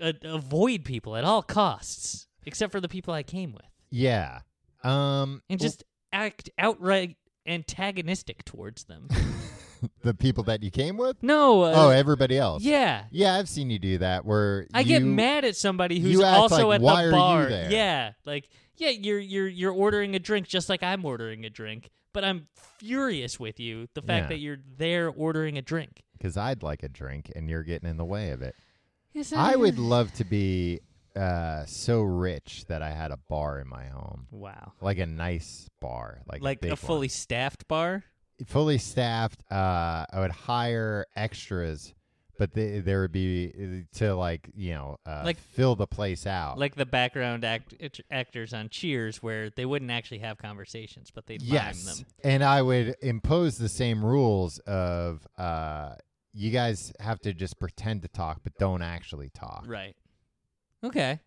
Speaker 2: a- avoid people at all costs, except for the people I came with,
Speaker 1: Yeah. Um,
Speaker 2: and just act outright antagonistic
Speaker 1: <laughs>
Speaker 2: towards them.
Speaker 1: the people that you came with.
Speaker 2: no. Uh,
Speaker 1: oh, everybody else.
Speaker 2: yeah.
Speaker 1: Yeah, I've seen you do that where
Speaker 2: I get
Speaker 1: you-
Speaker 2: mad at somebody who's
Speaker 1: you act
Speaker 2: also
Speaker 1: like,
Speaker 2: at
Speaker 1: "Why are
Speaker 2: the
Speaker 1: you
Speaker 2: bar.
Speaker 1: there?"
Speaker 2: Yeah, like yeah, you're you're you're ordering a drink just like I'm ordering a drink, but I'm furious with you the fact
Speaker 1: Yeah.
Speaker 2: that you're there ordering a drink.
Speaker 1: because I'd like a drink and you're getting in the way of it.
Speaker 2: Yes,
Speaker 1: I would love to be uh, so rich that I had a bar in my home,
Speaker 2: Wow.
Speaker 1: like a nice bar, like
Speaker 2: Like
Speaker 1: big
Speaker 2: a
Speaker 1: one.
Speaker 2: fully staffed bar.
Speaker 1: fully staffed. Uh, I would hire extras, but they, there would be uh, to like you know uh,
Speaker 2: Like-
Speaker 1: fill the place out.
Speaker 2: like the background act- act- actors on Cheers, where they wouldn't actually have conversations, but they'd
Speaker 1: yes,
Speaker 2: mime them.
Speaker 1: and I would impose the same rules of uh, you guys have to just pretend to talk, but don't actually talk.
Speaker 2: Right. Okay,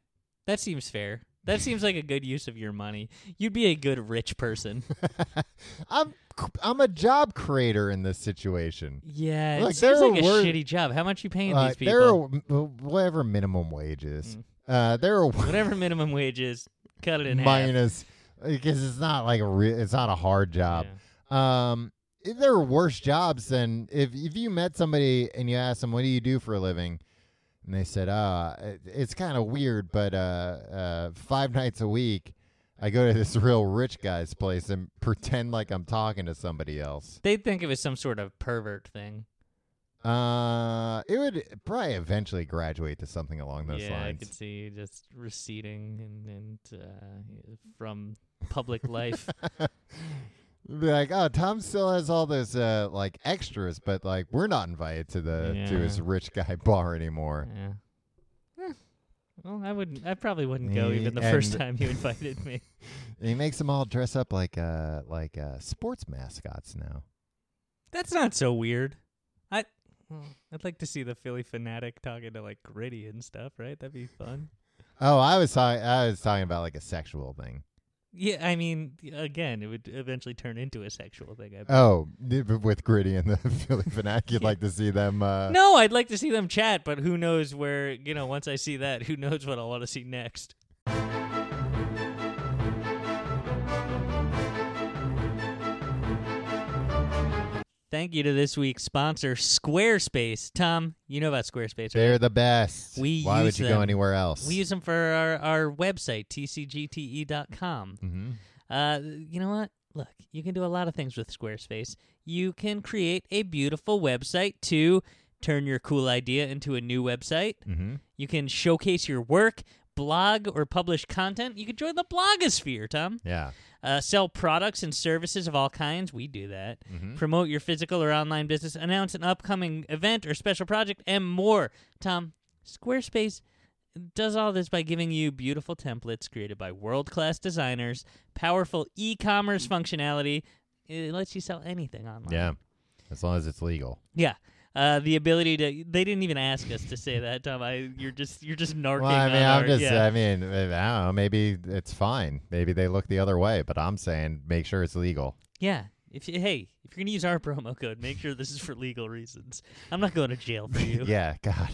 Speaker 2: that seems fair. That seems like a good use of your money. You'd be a good rich person.
Speaker 1: <laughs> I'm I'm a job creator in this situation.
Speaker 2: Yeah,
Speaker 1: Look,
Speaker 2: it seems
Speaker 1: there
Speaker 2: like a
Speaker 1: were-
Speaker 2: shitty job. How much you paying
Speaker 1: Uh,
Speaker 2: these
Speaker 1: there are
Speaker 2: people? Mm.
Speaker 1: w- whatever minimum wages. Uh, there are <laughs>
Speaker 2: <laughs> Whatever minimum wage is, cut it in half.
Speaker 1: minus because it's not like a re- it's not a hard job. Um, there are worse jobs than if if you met somebody and you asked them, "What do you do for a living?" and they said, "Ah, it, it's kind of weird, but uh, uh, five nights a week, I go to this <laughs> real rich guy's place and pretend like I'm talking to somebody else."
Speaker 2: They'd think it was some sort of pervert thing.
Speaker 1: Uh, it would probably eventually graduate to something along those
Speaker 2: yeah, I could
Speaker 1: lines.
Speaker 2: see you just receding and, and uh, from
Speaker 1: <laughs>
Speaker 2: public life.
Speaker 1: Be like, oh, Tom still has all those uh, like extras, but like we're not invited to the to
Speaker 2: Yeah.
Speaker 1: his rich guy <laughs> bar anymore.
Speaker 2: yeah. Eh. Well, I wouldn't. I probably wouldn't go even the
Speaker 1: And-
Speaker 2: first time you
Speaker 1: <laughs>
Speaker 2: invited me.
Speaker 1: And he makes them all dress up like uh like uh sports mascots now.
Speaker 2: That's not so weird. I I'd like to see the Philly fanatic talking to like gritty and stuff, right? That'd be fun.
Speaker 1: Oh, I was talking I was talking about like a sexual thing.
Speaker 2: yeah, I mean, again, it would eventually turn into a sexual thing. I bet.
Speaker 1: Oh, d- but with Gritty and the <laughs> Philly Fanatic, you'd like to see them uh
Speaker 2: no, I'd like to see them chat, but who knows where you know? Once I see that, who knows what I'll want to see next? Thank you to this week's sponsor, Squarespace. Tom, you know about Squarespace, right?
Speaker 1: they're the best.
Speaker 2: We
Speaker 1: Why would
Speaker 2: use
Speaker 1: you
Speaker 2: them.
Speaker 1: go anywhere else?
Speaker 2: We use them for our, our website, E tcgte.com.
Speaker 1: hmm
Speaker 2: Uh, you know what? Look, you can do a lot of things with Squarespace. You can create a beautiful website to turn your cool idea into a new website.
Speaker 1: hmm
Speaker 2: You can showcase your work, blog, or publish content. You can join the blogosphere, Tom.
Speaker 1: Yeah.
Speaker 2: Uh, sell products and services of all kinds. We do that.
Speaker 1: Mm-hmm.
Speaker 2: Promote your physical or online business. Announce an upcoming event or special project, and more. Tom, Squarespace does all this by giving you beautiful templates created by world class designers, powerful e commerce functionality. It lets you sell anything online.
Speaker 1: Yeah. As long as it's legal.
Speaker 2: Yeah. Uh, the ability to—they didn't even ask us to say that, Tom. I, you're just you're just narking.
Speaker 1: Well, I mean,
Speaker 2: on
Speaker 1: I'm
Speaker 2: our-
Speaker 1: just,
Speaker 2: yeah.
Speaker 1: I mean, I don't know. Maybe it's fine. Maybe they look the other way, but I'm saying make sure it's legal.
Speaker 2: Yeah. If you, hey, if you're gonna use our <laughs> promo code, make sure this is for legal reasons. I'm not going to jail for you.
Speaker 1: <laughs> Yeah, God.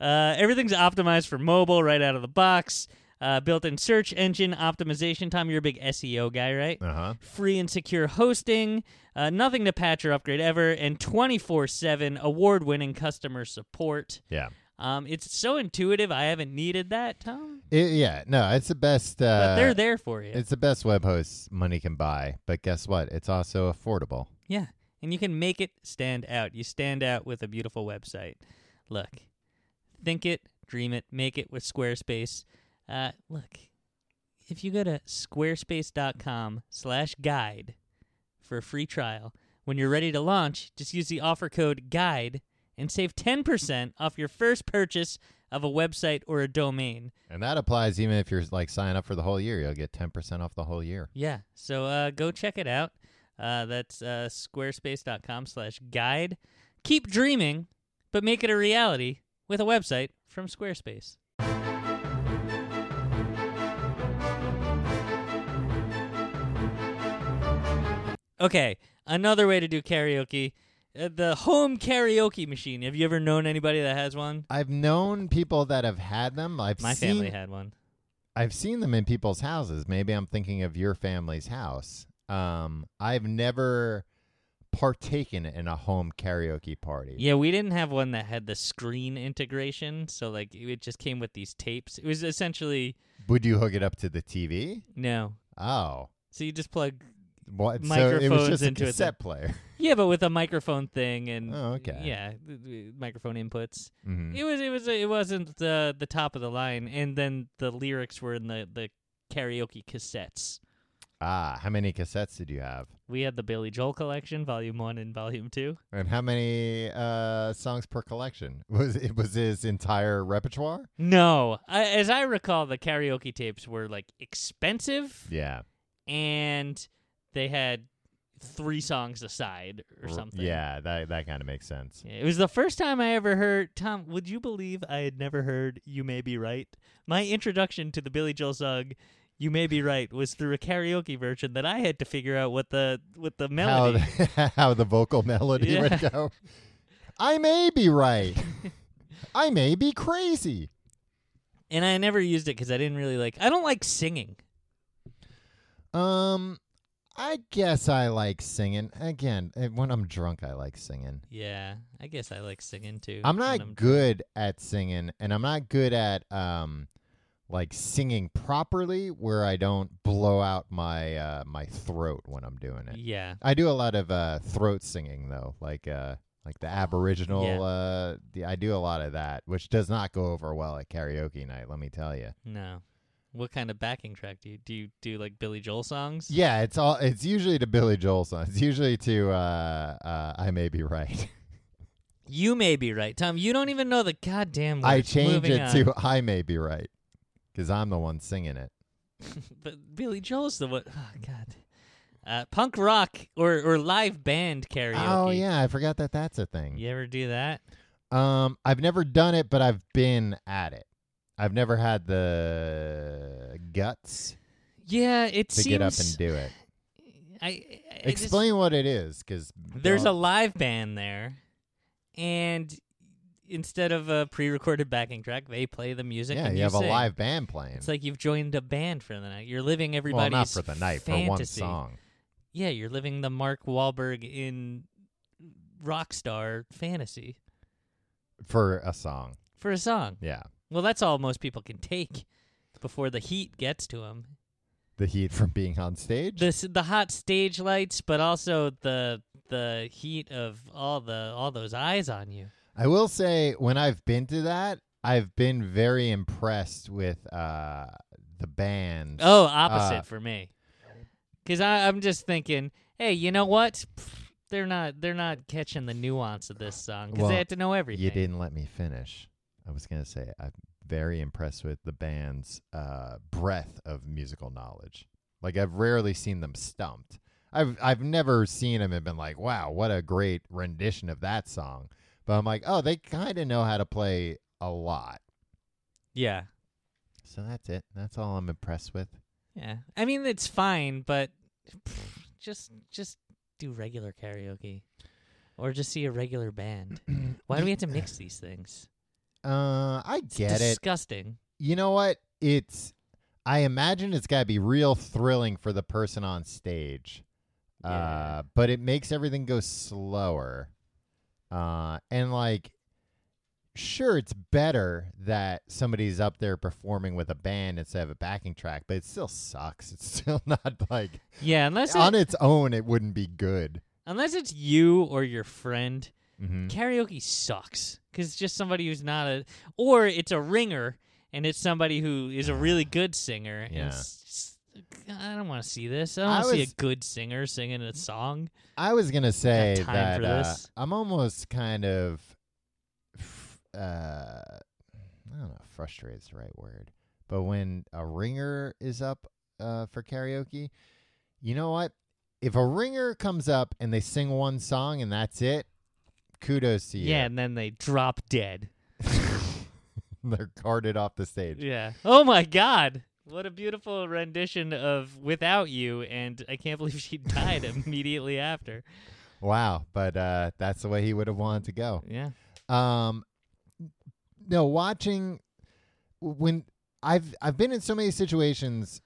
Speaker 2: uh, everything's optimized for mobile right out of the box. Uh, built-in search engine optimization. Tom, you're a big SEO guy, right?
Speaker 1: Uh huh.
Speaker 2: Free and secure hosting. Uh, nothing to patch or upgrade ever, and 24/7 award-winning customer support.
Speaker 1: Yeah.
Speaker 2: Um, it's so intuitive. I haven't needed that, Tom.
Speaker 1: It- yeah, no, it's the best. Uh,
Speaker 2: But they're there for you.
Speaker 1: It's the best web host money can buy, but guess what? It's also affordable.
Speaker 2: Yeah. And you can make it stand out. You stand out with a beautiful website. Look, think it, dream it, make it with Squarespace. Uh, look, if you go to squarespace.com slash guide for a free trial, when you're ready to launch, just use the offer code guide and save 10% off your first purchase of a website or a domain.
Speaker 1: And that applies even if you're like sign up for the whole year, you'll get 10% off the whole year.
Speaker 2: Yeah. So uh, go check it out. Uh, that's uh, squarespace.com slash guide. Keep dreaming, but make it a reality with a website from Squarespace. Okay, another way to do karaoke. Uh, the home karaoke machine. Have you ever known anybody that has one?
Speaker 1: I've known people that have had them. I've
Speaker 2: My
Speaker 1: seen,
Speaker 2: family had one.
Speaker 1: I've seen them in people's houses. Maybe I'm thinking of your family's house. Um, I've never partaken in a home karaoke party.
Speaker 2: Yeah, we didn't have one that had the screen integration, so like it it just came with these tapes. It was essentially
Speaker 1: Would you hook it up to the TV?
Speaker 2: no.
Speaker 1: Oh.
Speaker 2: So you just plug
Speaker 1: What? So it was
Speaker 2: Microphones
Speaker 1: just a
Speaker 2: into it then.
Speaker 1: cassette player. <laughs>
Speaker 2: yeah, but with a microphone thing and
Speaker 1: Oh, okay.
Speaker 2: yeah, th- th- microphone inputs.
Speaker 1: Mhm.
Speaker 2: It was it was it wasn't the the top of the line, and then the lyrics were in the the karaoke cassettes.
Speaker 1: Ah, how many cassettes did you have?
Speaker 2: We had the Billy Joel collection, volume one and volume two.
Speaker 1: And how many uh, songs per collection <laughs> was it? Was his entire repertoire?
Speaker 2: No, I, as I recall, the karaoke tapes were like expensive.
Speaker 1: Yeah,
Speaker 2: and they had three songs a side or something.
Speaker 1: Yeah, that that kind of makes sense.
Speaker 2: Yeah, It was the first time I ever heard Tom. Would you believe I had never heard "You May Be Right"? My introduction to the Billy Joel song "You May Be Right" was through a karaoke version that I had to figure out what the what the
Speaker 1: How
Speaker 2: melody.
Speaker 1: the, <laughs> how the vocal melody
Speaker 2: Yeah.
Speaker 1: would go. I may be right. I may be crazy.
Speaker 2: and I never used it because I didn't really like. I don't like singing.
Speaker 1: Um, I guess I like singing. Again, eh, when I'm drunk, I like singing.
Speaker 2: Yeah, I guess I like singing too.
Speaker 1: I'm
Speaker 2: when
Speaker 1: not good at singing, and I'm not good at um, like singing properly, where I don't blow out my uh, my throat when I'm doing it.
Speaker 2: Yeah,
Speaker 1: I do a lot of uh, throat singing though, like uh, like the Aboriginal.
Speaker 2: Yeah.
Speaker 1: Uh, the, I do a lot of that, which does not go over well at karaoke night. Let me tell you.
Speaker 2: no. What kind of backing track do you do? You do like Billy Joel songs?
Speaker 1: Yeah, it's all. It's usually to Billy Joel songs. It's usually to uh, uh, I may be
Speaker 2: <laughs>
Speaker 1: right.
Speaker 2: You may be right, Tom. You don't even know the goddamn. Words.
Speaker 1: I change
Speaker 2: Moving
Speaker 1: it
Speaker 2: on.
Speaker 1: to I may be right because I'm the one singing it.
Speaker 2: <laughs> But Billy Joel's the one oh God. Uh, punk rock or, or live band karaoke.
Speaker 1: Oh yeah, I forgot that that's a thing.
Speaker 2: You ever do that?
Speaker 1: Um, I've never done it, but I've been at it. I've never had the guts
Speaker 2: Yeah, it
Speaker 1: to
Speaker 2: seems.
Speaker 1: get up and do it.
Speaker 2: I, I- I just-
Speaker 1: Explain what it is, because
Speaker 2: there's a live band there, and instead of a pre-recorded backing track, they play the music.
Speaker 1: yeah.
Speaker 2: and
Speaker 1: You have a
Speaker 2: sing.
Speaker 1: live band playing.
Speaker 2: It's like you've joined a band for the night. You're living
Speaker 1: well,
Speaker 2: everybody's
Speaker 1: not for the night, for one
Speaker 2: fantasy.
Speaker 1: song.
Speaker 2: Yeah, you're living the Mark Wahlberg in rock star fantasy
Speaker 1: For a song,
Speaker 2: for a song.
Speaker 1: yeah.
Speaker 2: Well, that's all most people can take before the heat gets to them.
Speaker 1: The heat from being on stage.
Speaker 2: The s- the hot stage lights, but also the the heat of all the all those eyes on you.
Speaker 1: I will say, when I've been to that, I've been very impressed with uh, the band.
Speaker 2: Oh, opposite
Speaker 1: Uh,
Speaker 2: for me. Because I'm just thinking, hey, you know what? Pfft, They're not they're not catching the nuance of this song because
Speaker 1: Well,
Speaker 2: they had to know everything.
Speaker 1: You didn't let me finish. I was gonna say I'm very impressed with the band's uh, breadth of musical knowledge. Like I've rarely seen them stumped. I've I've never seen them and been like, wow, what a great rendition of that song. But I'm like, oh, they kind of know how to play a lot.
Speaker 2: Yeah,
Speaker 1: So that's it. That's all I'm impressed with.
Speaker 2: yeah. I mean, it's fine, but <sighs> pfft, just just do regular karaoke, or just see a regular
Speaker 1: <clears throat>
Speaker 2: band. Why do we have to mix these things?
Speaker 1: Uh, I
Speaker 2: It's
Speaker 1: get it.
Speaker 2: disgusting.
Speaker 1: you know what? It's I imagine it's got to be real thrilling for the person on stage.
Speaker 2: Yeah.
Speaker 1: Uh, but it makes everything go slower. Uh, and like sure it's better that somebody's up there performing with a band instead of a backing track, but it still sucks. It's <laughs> still not like
Speaker 2: Yeah, unless it,
Speaker 1: on its own it wouldn't be good.
Speaker 2: unless it's you or your friend,
Speaker 1: Mhm.
Speaker 2: karaoke sucks because it's just somebody who's not a, or it's a ringer and it's somebody who is a really good singer. And
Speaker 1: Yeah.
Speaker 2: s- s- I don't want to see this. I don't
Speaker 1: I
Speaker 2: want to see a
Speaker 1: was-
Speaker 2: good singer singing a song.
Speaker 1: I was gonna say
Speaker 2: time
Speaker 1: that
Speaker 2: for
Speaker 1: uh,
Speaker 2: this.
Speaker 1: I'm almost kind of, f- uh, I don't know, frustrated is the right word, but when a ringer is up uh, for karaoke, you know what? If a ringer comes up and they sing one song and that's it, kudos to you.
Speaker 2: Yeah, <laughs> and then they drop dead.
Speaker 1: <laughs> They're carted off the stage.
Speaker 2: Yeah. Oh my God. What a beautiful rendition of Without You, and I can't <laughs> believe she died immediately after.
Speaker 1: Wow, but uh, that's the way he would have wanted to go.
Speaker 2: Yeah.
Speaker 1: Um, no, watching when I've I've been in so many situations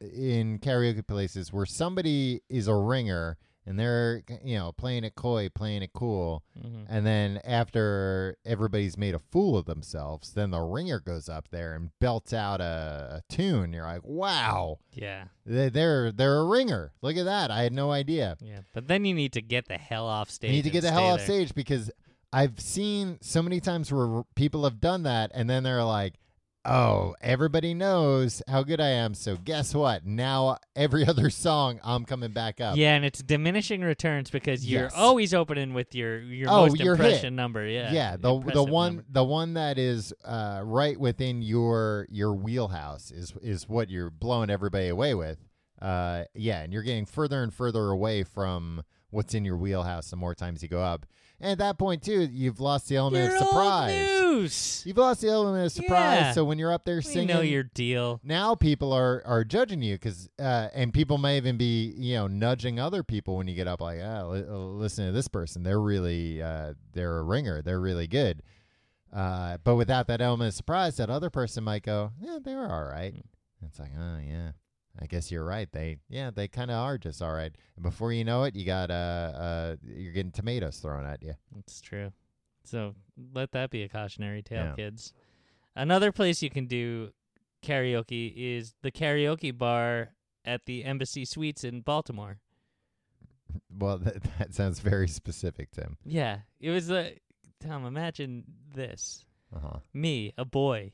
Speaker 1: in karaoke places where somebody is a ringer and they're you know playing it coy, playing it cool,
Speaker 2: hmm
Speaker 1: and then after everybody's made a fool of themselves, then the ringer goes up there and belts out a, a tune. You're like, wow,
Speaker 2: Yeah.
Speaker 1: they- they're they're a ringer. Look at that. I had no idea.
Speaker 2: Yeah, but then you need to get the hell off stage.
Speaker 1: You need to get
Speaker 2: and
Speaker 1: the hell
Speaker 2: stay
Speaker 1: off
Speaker 2: there.
Speaker 1: stage because I've seen so many times where people have done that and then they're like, "Oh, everybody knows how good I am, so guess what? Now every <laughs> other song I'm coming back up."
Speaker 2: Yeah, and it's diminishing returns because you're
Speaker 1: Yes.
Speaker 2: always opening with your your
Speaker 1: Oh,
Speaker 2: most
Speaker 1: your hit.
Speaker 2: impression number. Yeah,
Speaker 1: Yeah, the the
Speaker 2: impressive
Speaker 1: one
Speaker 2: number.
Speaker 1: the one that is uh, right within your your wheelhouse is is what you're blowing everybody away with. uh, yeah, and you're getting further and further away from what's in your wheelhouse the more times you go up. And at that point, too, you've lost the element
Speaker 2: You're
Speaker 1: of
Speaker 2: old
Speaker 1: surprise.
Speaker 2: news.
Speaker 1: You've lost the element of surprise.
Speaker 2: Yeah.
Speaker 1: So when you're up there
Speaker 2: We
Speaker 1: singing,
Speaker 2: know your deal.
Speaker 1: now people are are judging you because uh, and people may even be you know nudging other people when you get up like ah, li- listen to this person they're really uh, they're a ringer they're really good uh, but without that element of surprise that other person might go yeah they were all right
Speaker 2: Mm.
Speaker 1: it's like oh yeah I guess you're right they yeah they kind of are just all right and before you know it you got uh, uh you're getting tomatoes thrown at you
Speaker 2: That's true. So let that be a cautionary tale,
Speaker 1: Yeah.
Speaker 2: kids. Another place you can do karaoke is the karaoke bar at the Embassy Suites in Baltimore.
Speaker 1: well <laughs> that, that sounds very specific Tim
Speaker 2: Yeah, it was a Tom. Imagine this:
Speaker 1: uh
Speaker 2: Uh-huh.
Speaker 1: huh
Speaker 2: me, a boy,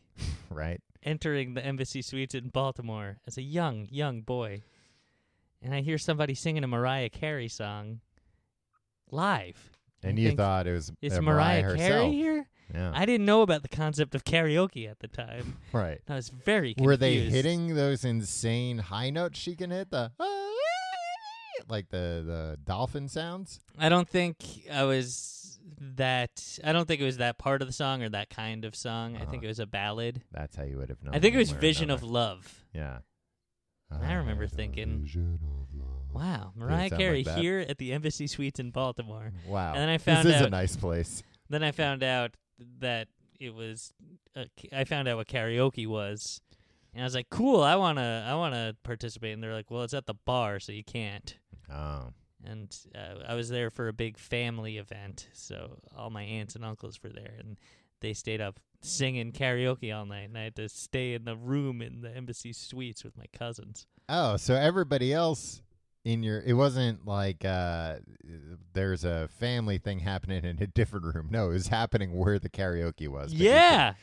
Speaker 1: right
Speaker 2: entering the Embassy Suites in Baltimore as a young, young boy, and I hear somebody singing a Mariah Carey song live.
Speaker 1: and
Speaker 2: I
Speaker 1: you
Speaker 2: think,
Speaker 1: thought it was
Speaker 2: is
Speaker 1: uh,
Speaker 2: Mariah, Carey
Speaker 1: herself.
Speaker 2: here?
Speaker 1: yeah
Speaker 2: I didn't know about the concept of karaoke at the time.
Speaker 1: <laughs> right
Speaker 2: I was very confused.
Speaker 1: Were they hitting those insane high notes she can hit? The <laughs> like the the dolphin sounds.
Speaker 2: I don't think I was that. I don't think it was that part of the song or that kind of song. I think
Speaker 1: Uh-huh.
Speaker 2: it was a ballad.
Speaker 1: That's how you would have known.
Speaker 2: I think it
Speaker 1: one
Speaker 2: was
Speaker 1: way or
Speaker 2: Vision of
Speaker 1: another.
Speaker 2: Love.
Speaker 1: <laughs> Yeah. Uh-huh.
Speaker 2: I remember
Speaker 1: had a
Speaker 2: thinking,
Speaker 1: vision of love.
Speaker 2: Wow, Mariah
Speaker 1: sound like
Speaker 2: Carey
Speaker 1: that.
Speaker 2: here at the Embassy Suites in Baltimore.
Speaker 1: Wow.
Speaker 2: And then I found
Speaker 1: this is a
Speaker 2: out-
Speaker 1: nice place.
Speaker 2: Then I found out that it was. A, I found out what karaoke was, and I was like, "Cool, I wanna, I wanna participate." And they're like, "Well, it's at the bar, so you can't."
Speaker 1: Oh,
Speaker 2: and uh, I was there for a big family event, so all my aunts and uncles were there, and they stayed up singing karaoke all night, and I had to stay in the room in the embassy suites with my cousins.
Speaker 1: oh. So everybody else in your it wasn't like uh there's a family thing happening in a different room. No, it was happening where the karaoke was. but you could-
Speaker 2: yeah,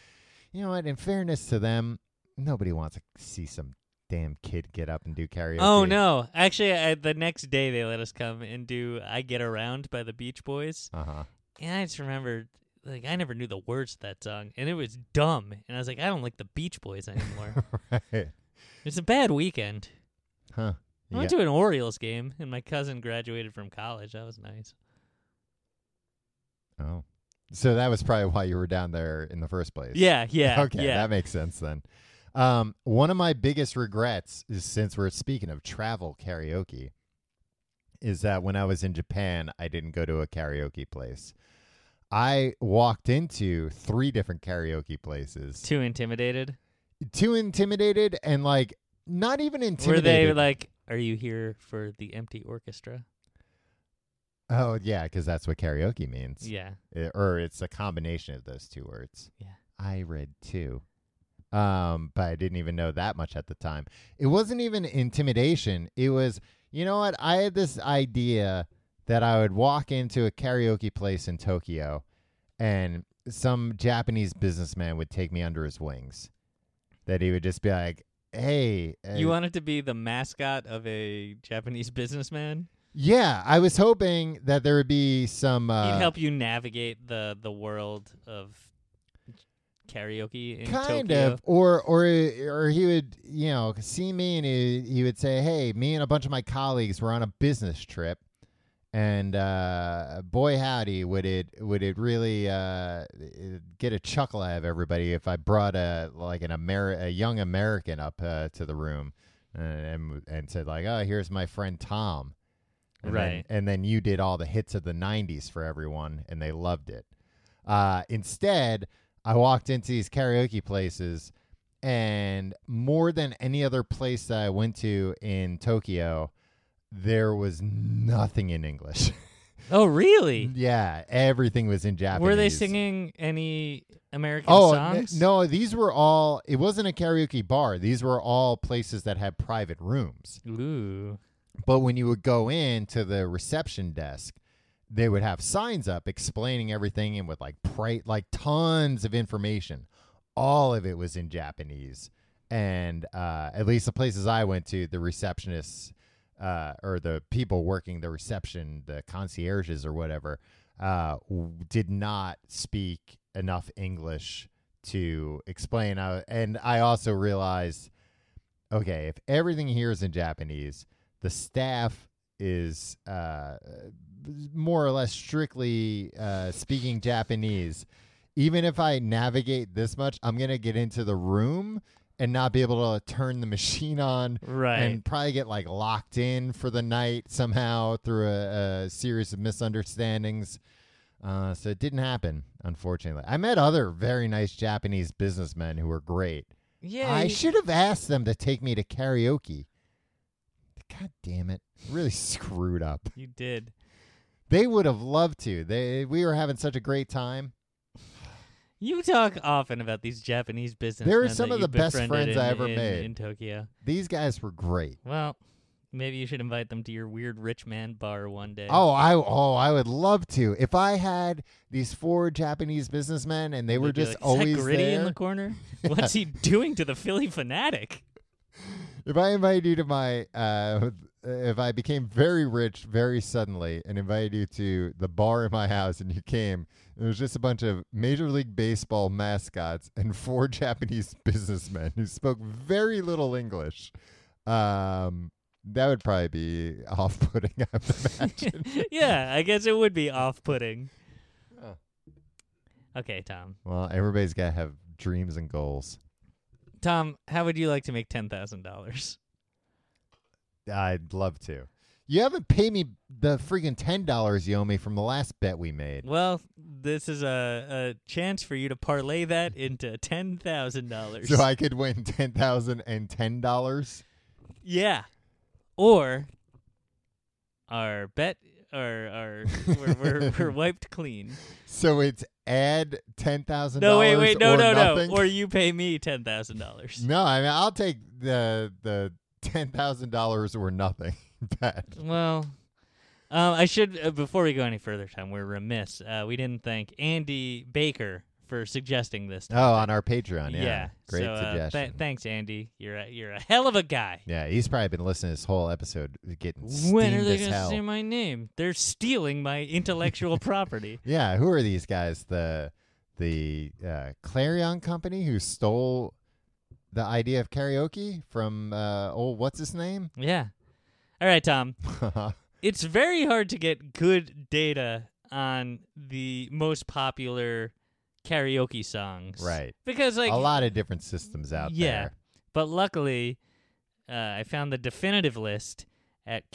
Speaker 1: You know what? In fairness to them, nobody wants to see some damn kid get up and do karaoke.
Speaker 2: Oh no! Actually, I, the next day they let us come and do "I Get Around" by the Beach Boys,
Speaker 1: Uh <laughs> huh.
Speaker 2: and I just remembered, like, I never knew the words to that song, and it was dumb, and I was like, I don't like the Beach
Speaker 1: <laughs>
Speaker 2: Boys anymore.
Speaker 1: right.
Speaker 2: it's a bad weekend.
Speaker 1: Huh.
Speaker 2: I went
Speaker 1: Yeah.
Speaker 2: to an Orioles game, and my cousin graduated from college. That was nice.
Speaker 1: Oh. So that was probably why you were down there in the first place.
Speaker 2: Yeah,
Speaker 1: <laughs>
Speaker 2: yeah,
Speaker 1: Okay,
Speaker 2: yeah.
Speaker 1: that makes sense then. Um, one of my biggest regrets is since we're speaking of travel karaoke, is that when I was in Japan, I didn't go to a karaoke place. I walked into three different karaoke places.
Speaker 2: Too intimidated.
Speaker 1: Too intimidated and like not even intimidated.
Speaker 2: Were they like, "Are you here for the empty orchestra?"
Speaker 1: Oh yeah, because that's what karaoke means.
Speaker 2: Yeah,
Speaker 1: I- or it's a combination of those two words.
Speaker 2: Yeah.
Speaker 1: I read two. Um, but I didn't even know that much at the time. It wasn't even intimidation. It was, you know what? I had this idea that I would walk into a karaoke place in Tokyo and some Japanese businessman would take me under his wings. That he would just be like, "Hey, uh,
Speaker 2: you wanted to be the mascot of a Japanese <laughs> businessman.
Speaker 1: yeah." I was hoping that there would be some.
Speaker 2: He'd
Speaker 1: Uh,
Speaker 2: help you navigate the the world of karaoke in
Speaker 1: kind
Speaker 2: Tokyo.
Speaker 1: of or or or he would you know see me and he, he would say hey me and a bunch of my colleagues were on a business trip and uh boy howdy would it would it really uh get a chuckle out of everybody if i brought a like an Ameri- a young american up uh, to the room and and said like oh here's my friend tom and then-
Speaker 2: Right.
Speaker 1: and then you did all the hits of the 90s for everyone and they loved it uh, instead, I walked into these karaoke places, and more than any other place that I went to in Tokyo, there was nothing in
Speaker 2: <laughs>
Speaker 1: English. <laughs>
Speaker 2: Oh, really?
Speaker 1: yeah, everything was in Japanese.
Speaker 2: Were they singing any American
Speaker 1: Oh n-
Speaker 2: songs?
Speaker 1: no! These were all. It wasn't a karaoke bar. These were all places that had private rooms.
Speaker 2: Ooh.
Speaker 1: But when you would go in to the reception desk, they would have signs up explaining everything and with like pray like tons of information. All of it was in Japanese. And uh, at least the places I went to, the receptionists uh, or the people working the reception, the concierges or whatever, uh, w- did not speak enough English to explain. Uh, and I also realized okay, if everything here is in Japanese, the staff is uh, more or less strictly uh, speaking Japanese. Even if I navigate this much, I'm gonna get into the room and not be able to turn the machine on
Speaker 2: Right.
Speaker 1: and probably get like locked in for the night somehow through a, a series of misunderstandings. Uh, so it didn't happen, unfortunately. I met other very nice Japanese businessmen who were great.
Speaker 2: yeah.
Speaker 1: I
Speaker 2: you-
Speaker 1: should have asked them to take me to karaoke. God damn it. Really <laughs> screwed up.
Speaker 2: You did.
Speaker 1: They would have loved to. They we were having such a great time.
Speaker 2: You talk often about these Japanese business.
Speaker 1: some of the best friends I ever made.
Speaker 2: in Tokyo.
Speaker 1: These guys were great.
Speaker 2: Well, maybe you should invite them to your weird rich man bar one day.
Speaker 1: Oh, I oh, I would love to. If I had these four Japanese businessmen and they
Speaker 2: They'd
Speaker 1: were
Speaker 2: be
Speaker 1: just
Speaker 2: like, Is
Speaker 1: always
Speaker 2: that gritty
Speaker 1: there.
Speaker 2: in
Speaker 1: <laughs>
Speaker 2: the corner. What's he doing to the Philly fanatic? <laughs>
Speaker 1: if I invited you to my, uh, if I became very rich very suddenly and invited you to the bar in my house and you came, and it was just a bunch of Major League Baseball mascots and <laughs> four Japanese businessmen who spoke very little English, um, that would probably be <laughs> off putting, I would
Speaker 2: <laughs>
Speaker 1: imagine.
Speaker 2: yeah, I guess it would be off-putting.
Speaker 1: Oh.
Speaker 2: Okay, Tom.
Speaker 1: well, everybody's got to have dreams and goals.
Speaker 2: Tom, how would you like to make ten thousand dollars?
Speaker 1: I'd love to. You haven't paid me the freaking $10 you owe me from the last bet we made.
Speaker 2: Well, this is a, a chance for you to parlay that into ten thousand dollars. <laughs>
Speaker 1: So I could win ten thousand and ten dollars.
Speaker 2: Yeah. Or our bet or
Speaker 1: <laughs>
Speaker 2: our we're we're, we're wiped clean.
Speaker 1: So it's add ten thousand.
Speaker 2: No, wait, wait, no,
Speaker 1: or
Speaker 2: no,
Speaker 1: nothing?
Speaker 2: no. Or you pay me ten thousand dollars.
Speaker 1: no. I mean, I'll take the the ten thousand dollars or nothing <laughs> bet.
Speaker 2: Well, um, I should uh, before we go any further, Tom. We're remiss. Uh, we didn't thank Andy Baker for suggesting this. Tom.
Speaker 1: Oh, on our Patreon, yeah,
Speaker 2: yeah.
Speaker 1: great
Speaker 2: so, uh,
Speaker 1: suggestion.
Speaker 2: th- thanks, Andy. You're a, you're a hell of a guy.
Speaker 1: yeah, he's probably been listening to this whole episode, getting
Speaker 2: when are
Speaker 1: steamed
Speaker 2: they
Speaker 1: as
Speaker 2: gonna
Speaker 1: hell.
Speaker 2: say my name? They're stealing my intellectual property. <laughs>
Speaker 1: yeah, who are these guys? The the uh, Clarion Company who stole the idea of karaoke from uh, old what's his name? <laughs>
Speaker 2: Yeah. All right, Tom. it's very hard to get good data on the most popular karaoke songs.
Speaker 1: right.
Speaker 2: Because like
Speaker 1: a lot of different systems out
Speaker 2: yeah.
Speaker 1: there.
Speaker 2: But luckily, uh, I found the definitive list at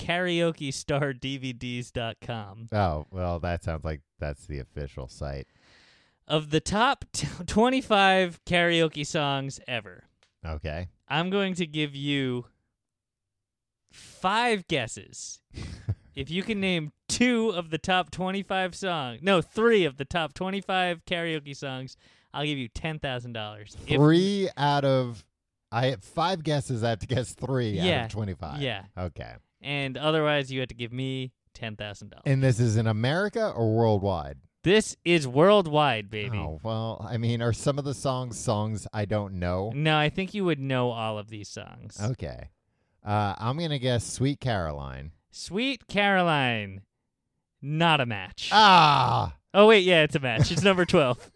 Speaker 2: karaokestardvds.com.
Speaker 1: Oh, well, that sounds like that's the official site.
Speaker 2: Of the top t- <laughs> 25 karaoke songs ever,
Speaker 1: Okay.
Speaker 2: I'm going to give you five
Speaker 1: <laughs>
Speaker 2: guesses. if you can name two of the top 25 songs, no, three of the top 25 karaoke songs, I'll give you $10,000. If-
Speaker 1: three out of I have five guesses. I have to guess three out
Speaker 2: Yeah.
Speaker 1: of twenty-five.
Speaker 2: Yeah.
Speaker 1: Okay.
Speaker 2: And otherwise, you have to give me $10,000.
Speaker 1: And this is in America or worldwide?
Speaker 2: This is worldwide, baby.
Speaker 1: Oh well, I mean, are some of the songs songs I don't know?
Speaker 2: No, I think you would know all of these songs.
Speaker 1: Okay. Uh, I'm gonna guess "Sweet Caroline."
Speaker 2: Sweet Caroline, not a match.
Speaker 1: Ah.
Speaker 2: oh, wait, yeah, it's a match. It's
Speaker 1: <laughs>
Speaker 2: number 12.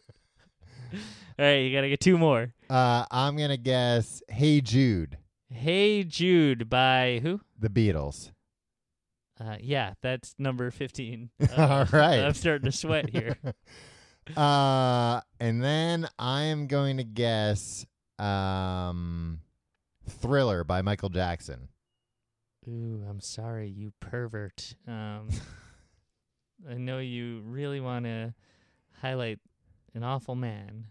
Speaker 2: all right, you got to get two more.
Speaker 1: Uh, I'm gonna guess "Hey Jude,"
Speaker 2: Hey Jude by who?
Speaker 1: the Beatles.
Speaker 2: Uh, yeah, that's
Speaker 1: <laughs>
Speaker 2: number 15.
Speaker 1: All right.
Speaker 2: I'm starting to
Speaker 1: <laughs>
Speaker 2: sweat here.
Speaker 1: Uh, and then I am going to guess um, Thriller by Michael Jackson.
Speaker 2: Ooh, I'm sorry, you pervert. Um, I know you really want to highlight an awful man,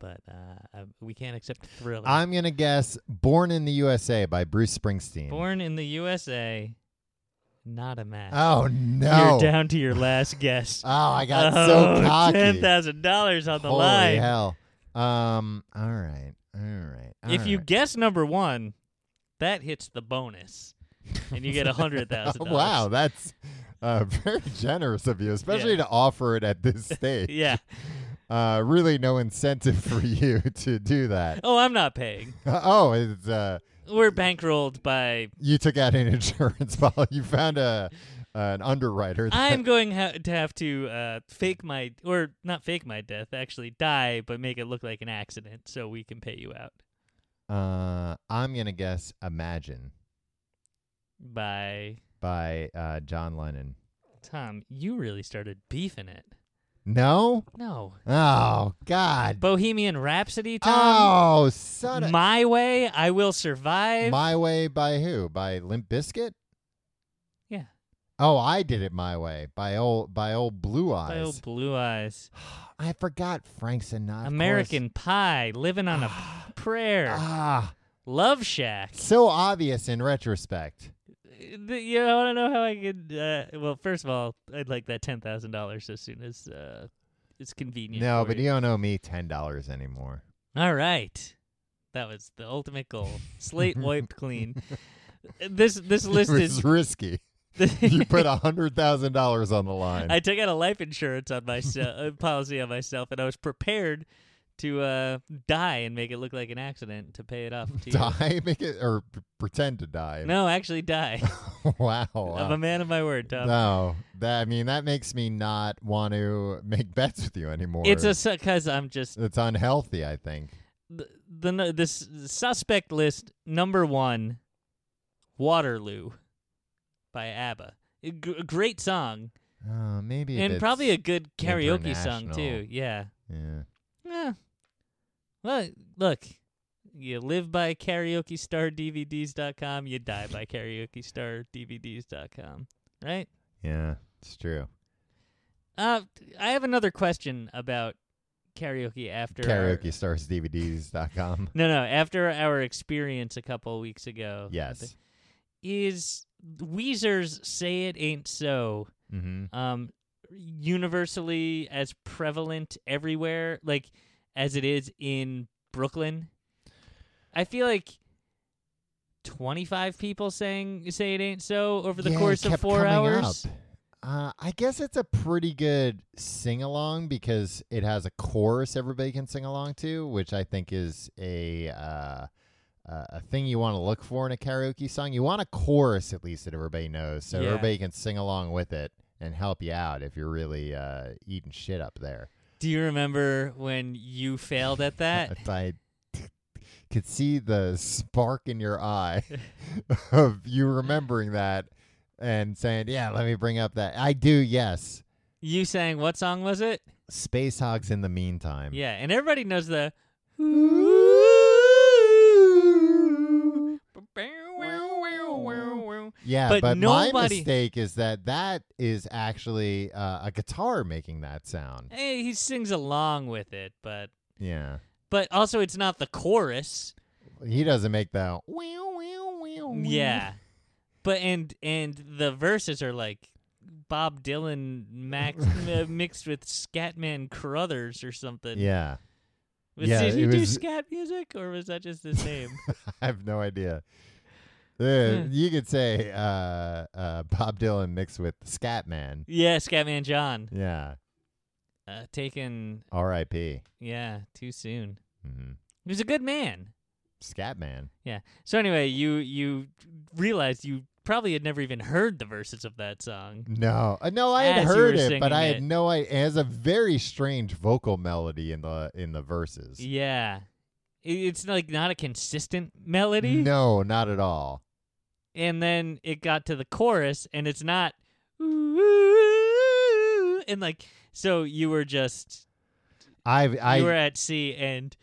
Speaker 2: but uh, uh, we can't accept thriller.
Speaker 1: I'm going to guess Born in the USA by Bruce Springsteen.
Speaker 2: Born in the USA, not a match.
Speaker 1: oh, no.
Speaker 2: You're down to your last guess.
Speaker 1: Oh, <laughs> I got
Speaker 2: Oh,
Speaker 1: so cocky.
Speaker 2: $10,000 on the
Speaker 1: Holy
Speaker 2: line.
Speaker 1: hell. Um, all right. All right. all
Speaker 2: if you
Speaker 1: right.
Speaker 2: guess number one, that hits the bonus, and you get a
Speaker 1: <laughs>
Speaker 2: hundred thousand dollars.
Speaker 1: Wow, that's uh, <laughs> very generous of you, especially
Speaker 2: Yeah.
Speaker 1: to offer it at
Speaker 2: <laughs>
Speaker 1: this stage.
Speaker 2: Yeah.
Speaker 1: Uh, really no incentive for you to do that.
Speaker 2: Oh, I'm not paying.
Speaker 1: <laughs> oh, it's uh
Speaker 2: We're bankrolled by.
Speaker 1: you took out an <laughs> insurance policy. You found a uh, an underwriter. that-
Speaker 2: I'm going ha- to have to uh, fake my, or not fake my death, actually die, but make it look like an accident, so we can pay you out.
Speaker 1: Uh, I'm gonna guess "Imagine"
Speaker 2: by
Speaker 1: by uh, John Lennon.
Speaker 2: Tom. You really started beefing it.
Speaker 1: No.
Speaker 2: No.
Speaker 1: Oh God.
Speaker 2: Bohemian Rhapsody, Tom.
Speaker 1: Oh, son of
Speaker 2: um, My Way, I Will Survive.
Speaker 1: My Way by who? By Limp Biscuit?
Speaker 2: yeah.
Speaker 1: Oh, I did it my way by old by old Blue
Speaker 2: By
Speaker 1: Eyes.
Speaker 2: old Oh, Blue Eyes.
Speaker 1: I forgot Frank Sinatra. of
Speaker 2: American Pie, Living on a
Speaker 1: course.
Speaker 2: Prayer,
Speaker 1: Ah,
Speaker 2: Love Shack.
Speaker 1: so obvious in retrospect.
Speaker 2: Th- You know, I don't know how I could. Uh, well, first of all, I'd like that ten thousand dollars as soon as uh, it's convenient.
Speaker 1: no,
Speaker 2: for
Speaker 1: but
Speaker 2: you.
Speaker 1: you don't owe me ten dollars anymore.
Speaker 2: All right. That was the ultimate goal. Slate wiped clean.
Speaker 1: <laughs>
Speaker 2: This this list
Speaker 1: it was
Speaker 2: is
Speaker 1: risky.
Speaker 2: <laughs>
Speaker 1: You put a hundred thousand dollars on the line.
Speaker 2: I took out a life insurance on myself uh, policy on myself and I was prepared to uh, die and make it look like an accident to pay it off to
Speaker 1: <laughs>
Speaker 2: you.
Speaker 1: die, make it or p- pretend to die.
Speaker 2: No, actually die.
Speaker 1: <laughs> Oh, wow.
Speaker 2: I'm a man of my word, Tom.
Speaker 1: no, that I mean that makes me not want to make bets with you anymore.
Speaker 2: it's a because I'm just
Speaker 1: it's unhealthy. I think.
Speaker 2: the, the no- this suspect list number one, Waterloo, by ABBA. A g- a great song
Speaker 1: Uh, maybe if
Speaker 2: and probably a
Speaker 1: it's-
Speaker 2: good karaoke song
Speaker 1: international.
Speaker 2: too. Yeah.
Speaker 1: yeah.
Speaker 2: Eh. Well, look, you live by karaoke star DVDs.com, you die by karaoke star DVDs.com, right?
Speaker 1: Yeah, it's true.
Speaker 2: Uh, I have another question about karaoke after our-
Speaker 1: Karaoke stars
Speaker 2: <laughs>
Speaker 1: DVDs.com.
Speaker 2: no, no, after our experience a couple weeks ago. I think-
Speaker 1: Yes.
Speaker 2: Is Weezer's Say It Ain't So
Speaker 1: Mm-hmm.
Speaker 2: um universally as prevalent everywhere like as it is in Brooklyn. I feel like 25 people saying say it ain't so over the course of 4 hours.
Speaker 1: Uh, I guess it's a pretty good sing along because it has a chorus everybody can sing along to, which I think is a uh, uh, a thing you want to look for in a karaoke song. You want a chorus at least that everybody knows, so
Speaker 2: Yeah.
Speaker 1: everybody can sing along with it and help you out if you're really uh, eating shit up there.
Speaker 2: Do you remember when you failed
Speaker 1: <laughs>
Speaker 2: at that? <laughs>
Speaker 1: if I could see the spark in your eye <laughs> of you remembering that and saying, "Yeah, let me bring up that." I do, yes.
Speaker 2: you sang what song was it?
Speaker 1: Space Hogs in the meantime.
Speaker 2: Yeah, and everybody knows the
Speaker 1: Yeah,
Speaker 2: But
Speaker 1: but, my
Speaker 2: nobody-
Speaker 1: mistake is that that is actually uh, a guitar making that sound.
Speaker 2: Eh, he sings along with it, but
Speaker 1: Yeah.
Speaker 2: but also it's not the chorus.
Speaker 1: He doesn't make the wow, wow, wow, wow.
Speaker 2: Yeah. But and and the verses are like Bob Dylan
Speaker 1: <laughs>
Speaker 2: max, uh, mixed with Scatman Crothers or something.
Speaker 1: Yeah.
Speaker 2: Was,
Speaker 1: Yeah,
Speaker 2: did he
Speaker 1: it
Speaker 2: do
Speaker 1: was-
Speaker 2: scat music or was that just
Speaker 1: <laughs>
Speaker 2: his name?
Speaker 1: I have no idea. Uh,
Speaker 2: Yeah.
Speaker 1: You could say uh, uh, Bob Dylan mixed with Scatman.
Speaker 2: yeah, Scatman John.
Speaker 1: Yeah.
Speaker 2: Uh, taken,
Speaker 1: R.I.P.
Speaker 2: yeah, too soon.
Speaker 1: hmm
Speaker 2: He was a good man.
Speaker 1: Scatman.
Speaker 2: Yeah. So anyway, you you realized you probably had never even heard the verses of that song.
Speaker 1: No, Uh, no, I
Speaker 2: As
Speaker 1: had
Speaker 2: you were
Speaker 1: heard it,
Speaker 2: singing
Speaker 1: but I
Speaker 2: it.
Speaker 1: had no. I it has a very strange vocal melody in the in the verses.
Speaker 2: Yeah. I- It's like not a consistent melody.
Speaker 1: No, not at all.
Speaker 2: and then it got to the chorus and it's not "Ooh," and like so you were just
Speaker 1: I've I
Speaker 2: you were at sea and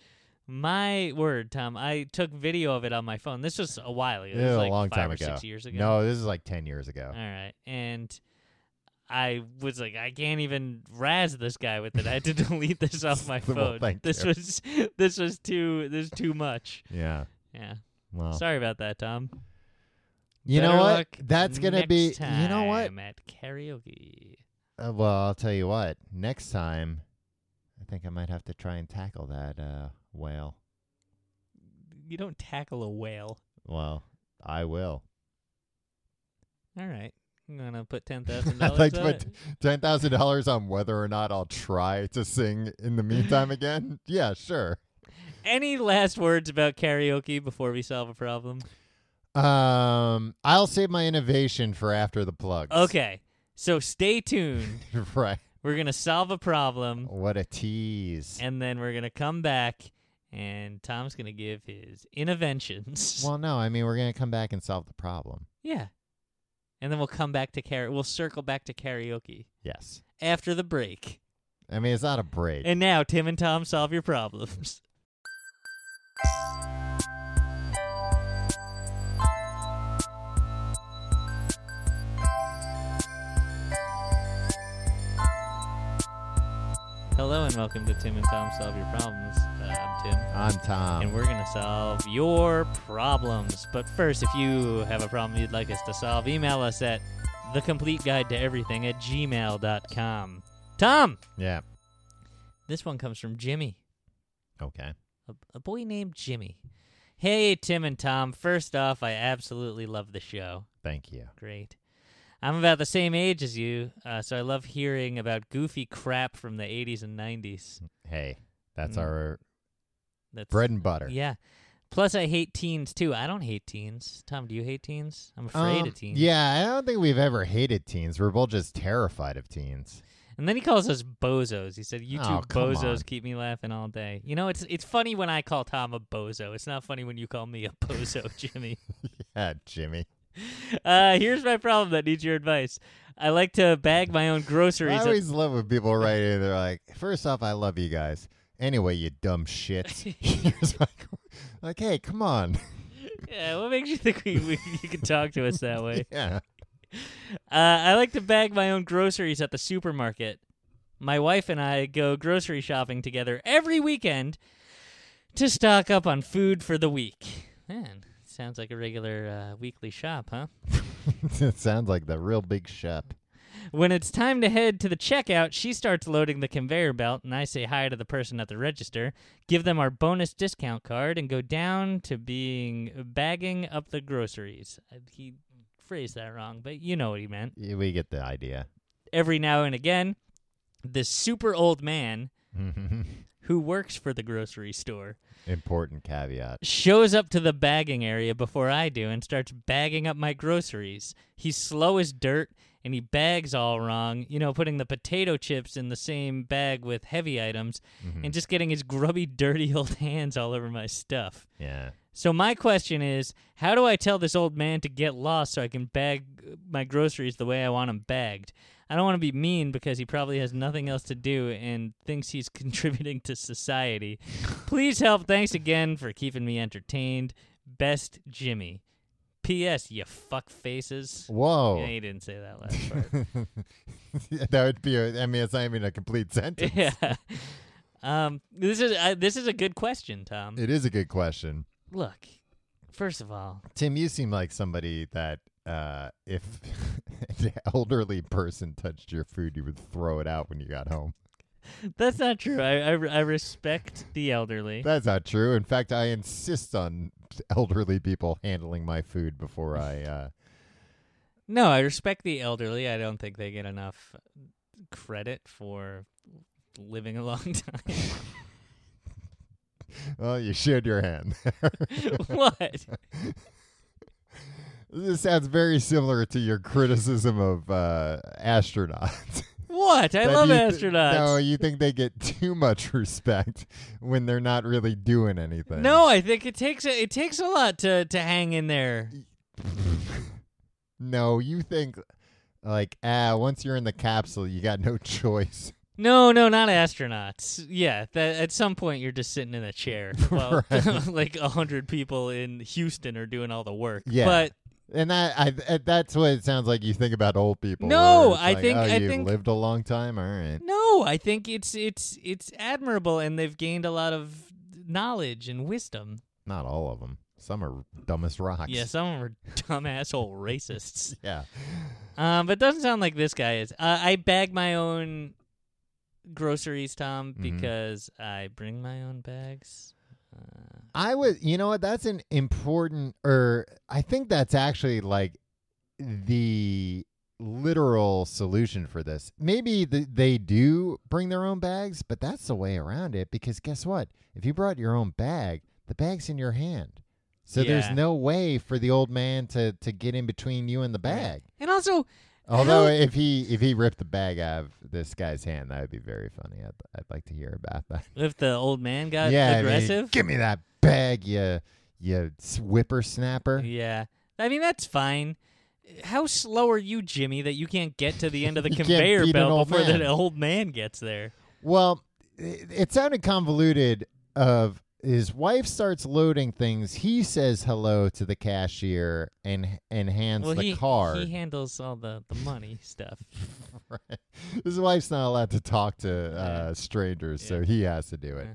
Speaker 2: my word tom i took video of it on my phone this was a while ago
Speaker 1: This
Speaker 2: This
Speaker 1: is oh,
Speaker 2: was
Speaker 1: a
Speaker 2: like
Speaker 1: long
Speaker 2: five
Speaker 1: time
Speaker 2: or
Speaker 1: ago.
Speaker 2: six years ago
Speaker 1: No, this is like ten years ago.
Speaker 2: all right and i was like i can't even razz this guy with it i had to <laughs> delete this off my
Speaker 1: <laughs> Well,
Speaker 2: phone
Speaker 1: thank
Speaker 2: this
Speaker 1: you.
Speaker 2: was this was too this was too much
Speaker 1: Yeah.
Speaker 2: yeah
Speaker 1: Well,
Speaker 2: sorry about that tom
Speaker 1: you know
Speaker 2: Better
Speaker 1: what?
Speaker 2: luck
Speaker 1: That's gonna
Speaker 2: next
Speaker 1: be. You know what?
Speaker 2: time at karaoke
Speaker 1: Uh, well, I'll tell you what. Next time, I think I might have to try and tackle that uh, whale.
Speaker 2: you don't tackle a whale.
Speaker 1: Well, I will.
Speaker 2: All right. I'm gonna
Speaker 1: <laughs>
Speaker 2: put ten thousand
Speaker 1: I'd
Speaker 2: dollars.
Speaker 1: like to put ten thousand dollars on whether or not I'll try to sing in the meantime <laughs> again. Yeah, sure.
Speaker 2: Any last words about karaoke before we solve a problem?
Speaker 1: Um, I'll save my innovation for after the plugs.
Speaker 2: Okay. So stay tuned.
Speaker 1: <laughs> right.
Speaker 2: We're gonna solve a problem,
Speaker 1: What a tease.
Speaker 2: and then we're gonna come back and Tom's gonna give his interventions.
Speaker 1: Well, no, I mean we're gonna come back and solve the problem.
Speaker 2: yeah, and then we'll come back to karaoke. We'll circle back to karaoke
Speaker 1: Yes.
Speaker 2: after the break.
Speaker 1: I mean it's not a break.
Speaker 2: And now Tim and Tom solve your problems. <laughs> Hello and welcome to Tim and Tom Solve Your Problems. Uh, I'm Tim.
Speaker 1: I'm Tom.
Speaker 2: And we're going to solve your problems. But first, if you have a problem you'd like us to solve, email us at the complete guide to everything at gmail.com. Tom!
Speaker 1: yeah.
Speaker 2: This one comes from Jimmy,
Speaker 1: Okay.
Speaker 2: a, a boy named Jimmy. Hey, Tim and Tom. First off, I absolutely love the show.
Speaker 1: Thank you.
Speaker 2: Great. I'm about the same age as you, uh, so I love hearing about goofy crap from the 80s and 90s.
Speaker 1: Hey, that's
Speaker 2: Mm.
Speaker 1: our
Speaker 2: That's
Speaker 1: bread and butter.
Speaker 2: Yeah. Plus, I hate teens too. I don't hate teens. Tom, do you hate teens? I'm afraid
Speaker 1: Um,
Speaker 2: of teens.
Speaker 1: Yeah, I don't think we've ever hated teens. We're both just terrified of teens. <laughs>
Speaker 2: And then he calls us bozos. He said, "You two
Speaker 1: Oh, come
Speaker 2: bozos
Speaker 1: on.
Speaker 2: keep me laughing all day." You know, it's it's funny when I call Tom a bozo. It's not funny when you call me a bozo, <laughs> Jimmy.
Speaker 1: Yeah, Jimmy.
Speaker 2: Uh, here's my problem that needs your advice. I like to bag my own groceries.
Speaker 1: I
Speaker 2: at-
Speaker 1: always love when people write in. They're like, first off, I love you guys. Anyway, you dumb
Speaker 2: <laughs>
Speaker 1: shits. <laughs> Here's my- like, hey, come on.
Speaker 2: <laughs>
Speaker 1: <laughs>
Speaker 2: yeah, what makes you think we, we, you can talk to us that way? <laughs>
Speaker 1: yeah. <laughs>
Speaker 2: Uh, I like to bag my own groceries at the supermarket. My wife and I go grocery shopping together every weekend to stock up on food for the week. Man, sounds like a regular uh, weekly shop, huh?
Speaker 1: it sounds like the real big shop.
Speaker 2: When it's time to head to the checkout, she starts loading the conveyor belt, and I say hi to the person at the register, give them our bonus discount card, and go down to being bagging up the groceries. Uh, He phrased that wrong, but you know what he meant.
Speaker 1: Yeah, We get the idea.
Speaker 2: every now and again this super old man who works for the grocery store
Speaker 1: Important caveat.
Speaker 2: <laughs> shows up to the bagging area before I do and starts bagging up my groceries. He's slow as dirt and he bags all wrong, you know, putting the potato chips in the same bag with heavy items and just getting his grubby, <laughs> dirty old hands all over my stuff.
Speaker 1: Yeah.
Speaker 2: So my question is, how do I tell this old man to get lost so I can bag my groceries the way I want them bagged? I don't want to be mean because he probably has nothing else to do and thinks he's <laughs> contributing to society. Please help. Thanks again for keeping me entertained. Best Jimmy. P.S. You fuck faces.
Speaker 1: Whoa.
Speaker 2: Yeah, he didn't say that last part.
Speaker 1: Yeah, <laughs> that would be. A, I mean, it's not even a complete sentence.
Speaker 2: <laughs> yeah. Um. This is uh, this is a good question, Tom.
Speaker 1: It is a good question,
Speaker 2: Look, first of all,
Speaker 1: Tim. You seem like somebody that uh, if <laughs> an elderly person touched your food, you would throw it out when you got home.
Speaker 2: That's not true. I, I, I respect the elderly.
Speaker 1: That's not true. In fact, I insist on elderly people handling my food before I.
Speaker 2: <laughs>
Speaker 1: Uh,
Speaker 2: No, I respect the elderly. I don't think they get enough credit for living a long <laughs> time.
Speaker 1: well, you showed your hand. <laughs>
Speaker 2: what?
Speaker 1: this sounds very similar to your criticism of uh, astronauts.
Speaker 2: What? I
Speaker 1: that
Speaker 2: love
Speaker 1: you th- no,
Speaker 2: astronauts.
Speaker 1: you think they get too much <laughs> respect when they're not really doing anything.
Speaker 2: no, I think it takes a, it takes a lot to, to hang in there.
Speaker 1: <laughs> No, you think like ah, once you're in the capsule, you got no <laughs> choice.
Speaker 2: No, no, not astronauts. Yeah, that at some point you're just sitting in
Speaker 1: <laughs>
Speaker 2: a chair. Well,
Speaker 1: Right.
Speaker 2: <laughs> like a hundred people in Houston are doing all the work.
Speaker 1: Yeah.
Speaker 2: but
Speaker 1: And that I th- that's what it sounds like you think about old people. where
Speaker 2: No,
Speaker 1: it's
Speaker 2: I
Speaker 1: like,
Speaker 2: think-
Speaker 1: oh,
Speaker 2: I
Speaker 1: you
Speaker 2: think-
Speaker 1: lived a long time. All right.
Speaker 2: No, I think it's it's it's admirable, and they've gained a lot of knowledge and wisdom.
Speaker 1: Not all of them. Some are dumb as rocks.
Speaker 2: Yeah, some of them are <laughs> dumb asshole racists.
Speaker 1: <laughs> Yeah.
Speaker 2: Um, but it doesn't sound like this guy is. Uh, I bag my own groceries, Tom,
Speaker 1: Mhm.
Speaker 2: because I bring my own bags. Uh,
Speaker 1: I was, you know what? That's an important, or I think that's actually like the literal solution for this. Maybe th- they do bring their own bags, but that's the way around it because guess what? If you brought your own bag, the bag's in your hand. So
Speaker 2: Yeah.
Speaker 1: there's no way for the old man to, to get in between you and the
Speaker 2: Right.
Speaker 1: bag.
Speaker 2: and also,
Speaker 1: Although if he if he ripped the bag out of this guy's hand, that would be very funny. I'd, I'd like to hear about that.
Speaker 2: If the old man got
Speaker 1: yeah, I mean,
Speaker 2: aggressive,
Speaker 1: give me that bag, you you s- whippersnapper.
Speaker 2: yeah, I mean that's fine. How slow are you, Jimmy, that you can't get to the end of the
Speaker 1: <laughs> You can't
Speaker 2: conveyor
Speaker 1: beat an
Speaker 2: belt
Speaker 1: old
Speaker 2: before
Speaker 1: man.
Speaker 2: the old man gets there?
Speaker 1: Well, it, it sounded convoluted. Of his wife starts loading things, he says hello to the cashier and and hands
Speaker 2: well,
Speaker 1: the
Speaker 2: he
Speaker 1: card.
Speaker 2: he handles all the the money stuff. <laughs>
Speaker 1: <laughs> Right. His wife's not allowed to talk to uh, strangers, so
Speaker 2: Yeah.
Speaker 1: he has to do it.
Speaker 2: Yeah.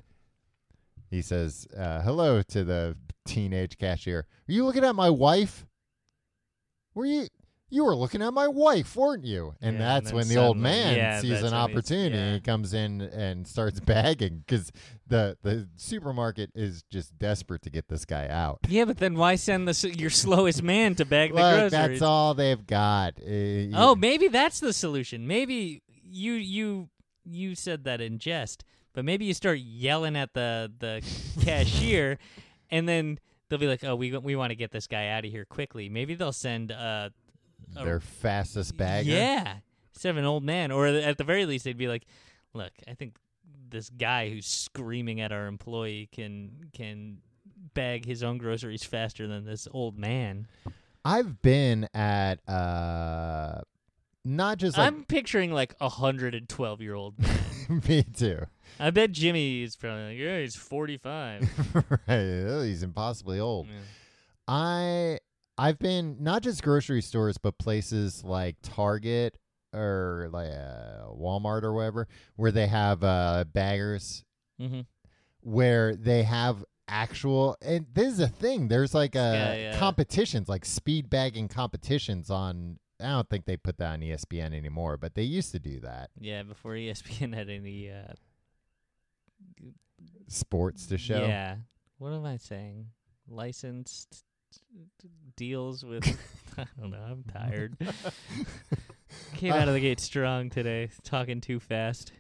Speaker 1: He says uh, hello to the teenage cashier. Are you looking at my wife? Were you? You were looking at my wife, weren't you? And
Speaker 2: Yeah, and
Speaker 1: that's
Speaker 2: then
Speaker 1: when the old
Speaker 2: suddenly-
Speaker 1: man
Speaker 2: yeah,
Speaker 1: sees
Speaker 2: that's
Speaker 1: an
Speaker 2: when he's-
Speaker 1: opportunity.
Speaker 2: yeah.
Speaker 1: and He comes in and starts bagging because the the supermarket is just desperate to get this guy out.
Speaker 2: Yeah, but then why send the s- your slowest man to bag the
Speaker 1: Look,
Speaker 2: groceries?
Speaker 1: that's all they've got. Uh, you-
Speaker 2: Oh, maybe that's the solution. Maybe you you you said that in jest, but maybe you start yelling at the the <laughs> cashier, and then they'll be like, "Oh, we we want to get this guy out of here quickly." Maybe they'll send uh, a
Speaker 1: their fastest bagger.
Speaker 2: yeah, instead of an old man, or at the very least, they'd be like, "Look, I think this guy who's screaming at our employee can can." bag his own groceries faster than this old man.
Speaker 1: I've been at uh not just like
Speaker 2: I'm picturing like a 112 year old
Speaker 1: <laughs> me too.
Speaker 2: I bet Jimmy is probably like, yeah, he's 45.
Speaker 1: right. oh, He's impossibly <laughs> old.
Speaker 2: Mm.
Speaker 1: I I've been not just grocery stores but places like Target or like uh, Walmart or whatever where they have uh baggers
Speaker 2: mm-hmm.
Speaker 1: where they have actual and this is a thing there's like uh
Speaker 2: Yeah, yeah.
Speaker 1: competitions like speed bagging competitions on I don't think they put that on E ESPN anymore but they used to do that
Speaker 2: Yeah, before E ESPN had any. Uh,
Speaker 1: sports to show
Speaker 2: Yeah. What am I saying? Licensed
Speaker 1: <laughs>
Speaker 2: deals with. <laughs> I don't know. I'm tired. Came out of the gate strong today, talking too fast.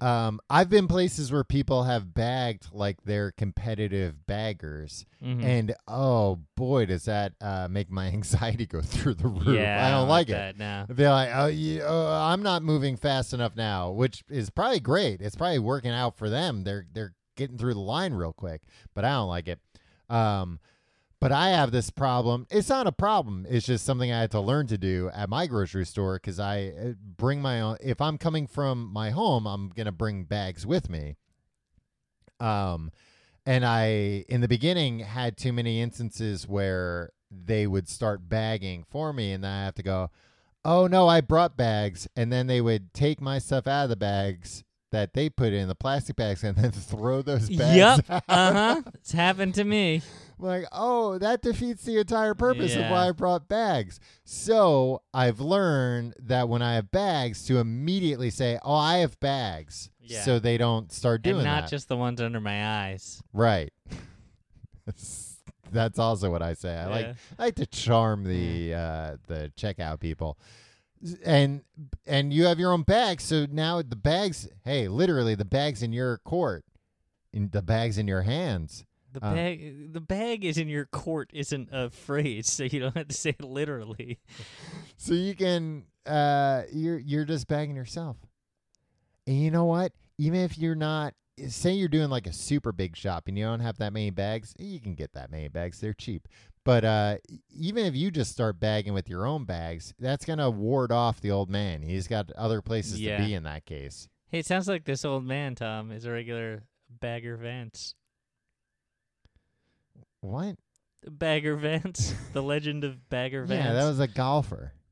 Speaker 1: Um, I've been places where people have bagged like they're competitive baggers,
Speaker 2: Mhm.
Speaker 1: and oh boy, does that uh, make my <laughs> anxiety go through the roof.
Speaker 2: yeah,
Speaker 1: I don't like it. <laughs>
Speaker 2: that now.
Speaker 1: They're like, oh, you, oh, I'm not moving fast enough now, which is probably great. It's probably working out for them. They're they're getting through the line real quick, but I don't like it. Um, but I have this problem. It's not a problem. It's just something I had to learn to do at my grocery store because I uh, bring my own. If I'm coming from my home, I'm gonna bring bags with me. Um, and I in the beginning had too many instances where they would start bagging for me, and then I have to go, "Oh no, I brought bags," and then they would take my stuff out of the bags that they put in the plastic bags and then <laughs> throw those bags
Speaker 2: Yep.
Speaker 1: <laughs> out.
Speaker 2: Uh huh. It's happened to me.
Speaker 1: Like, oh, that defeats the entire purpose of
Speaker 2: Yeah.
Speaker 1: why I brought bags. So I've learned that when I have bags, to immediately say, "Oh, I have bags,"
Speaker 2: Yeah.
Speaker 1: so they don't start doing
Speaker 2: and not
Speaker 1: that.
Speaker 2: just the ones under my eyes.
Speaker 1: right. <laughs> That's- That's also what I say. I like
Speaker 2: Yeah.
Speaker 1: I like to charm the uh, the checkout people, and and you have your own bags. So now the bags, hey, literally the bags in your court, in the bags in your hands.
Speaker 2: The
Speaker 1: Um,
Speaker 2: bag, the bag is in your court isn't a phrase, <laughs> so you don't have to say it literally.
Speaker 1: so you can uh you're you're just bagging yourself and you know what even if you're not say you're doing like a super big shop and you don't have that many bags you can get that many bags they're cheap but uh even if you just start bagging with your own bags that's gonna ward off the old man he's got other places
Speaker 2: Yeah.
Speaker 1: to be in that case
Speaker 2: Hey, it sounds like this old man Tom is a regular bagger Vance.
Speaker 1: what
Speaker 2: Bagger Vance, <laughs> the legend of Bagger Vance.
Speaker 1: yeah that was a golfer <laughs>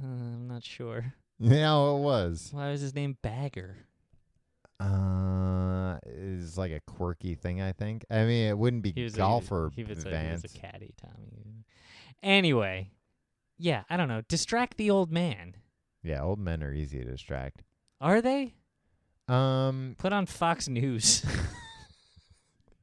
Speaker 2: Uh, I'm not sure.
Speaker 1: yeah it was
Speaker 2: Why was his name Bagger?
Speaker 1: uh it's like a quirky thing i think i mean it wouldn't be
Speaker 2: He was
Speaker 1: golfer
Speaker 2: A, he was, a, he was
Speaker 1: Vance.
Speaker 2: a caddy, Tommy. Anyway, yeah, I don't know. Distract the old man.
Speaker 1: Yeah, old men are easy to distract.
Speaker 2: Are they?
Speaker 1: Um,
Speaker 2: Put on Fox News. <laughs>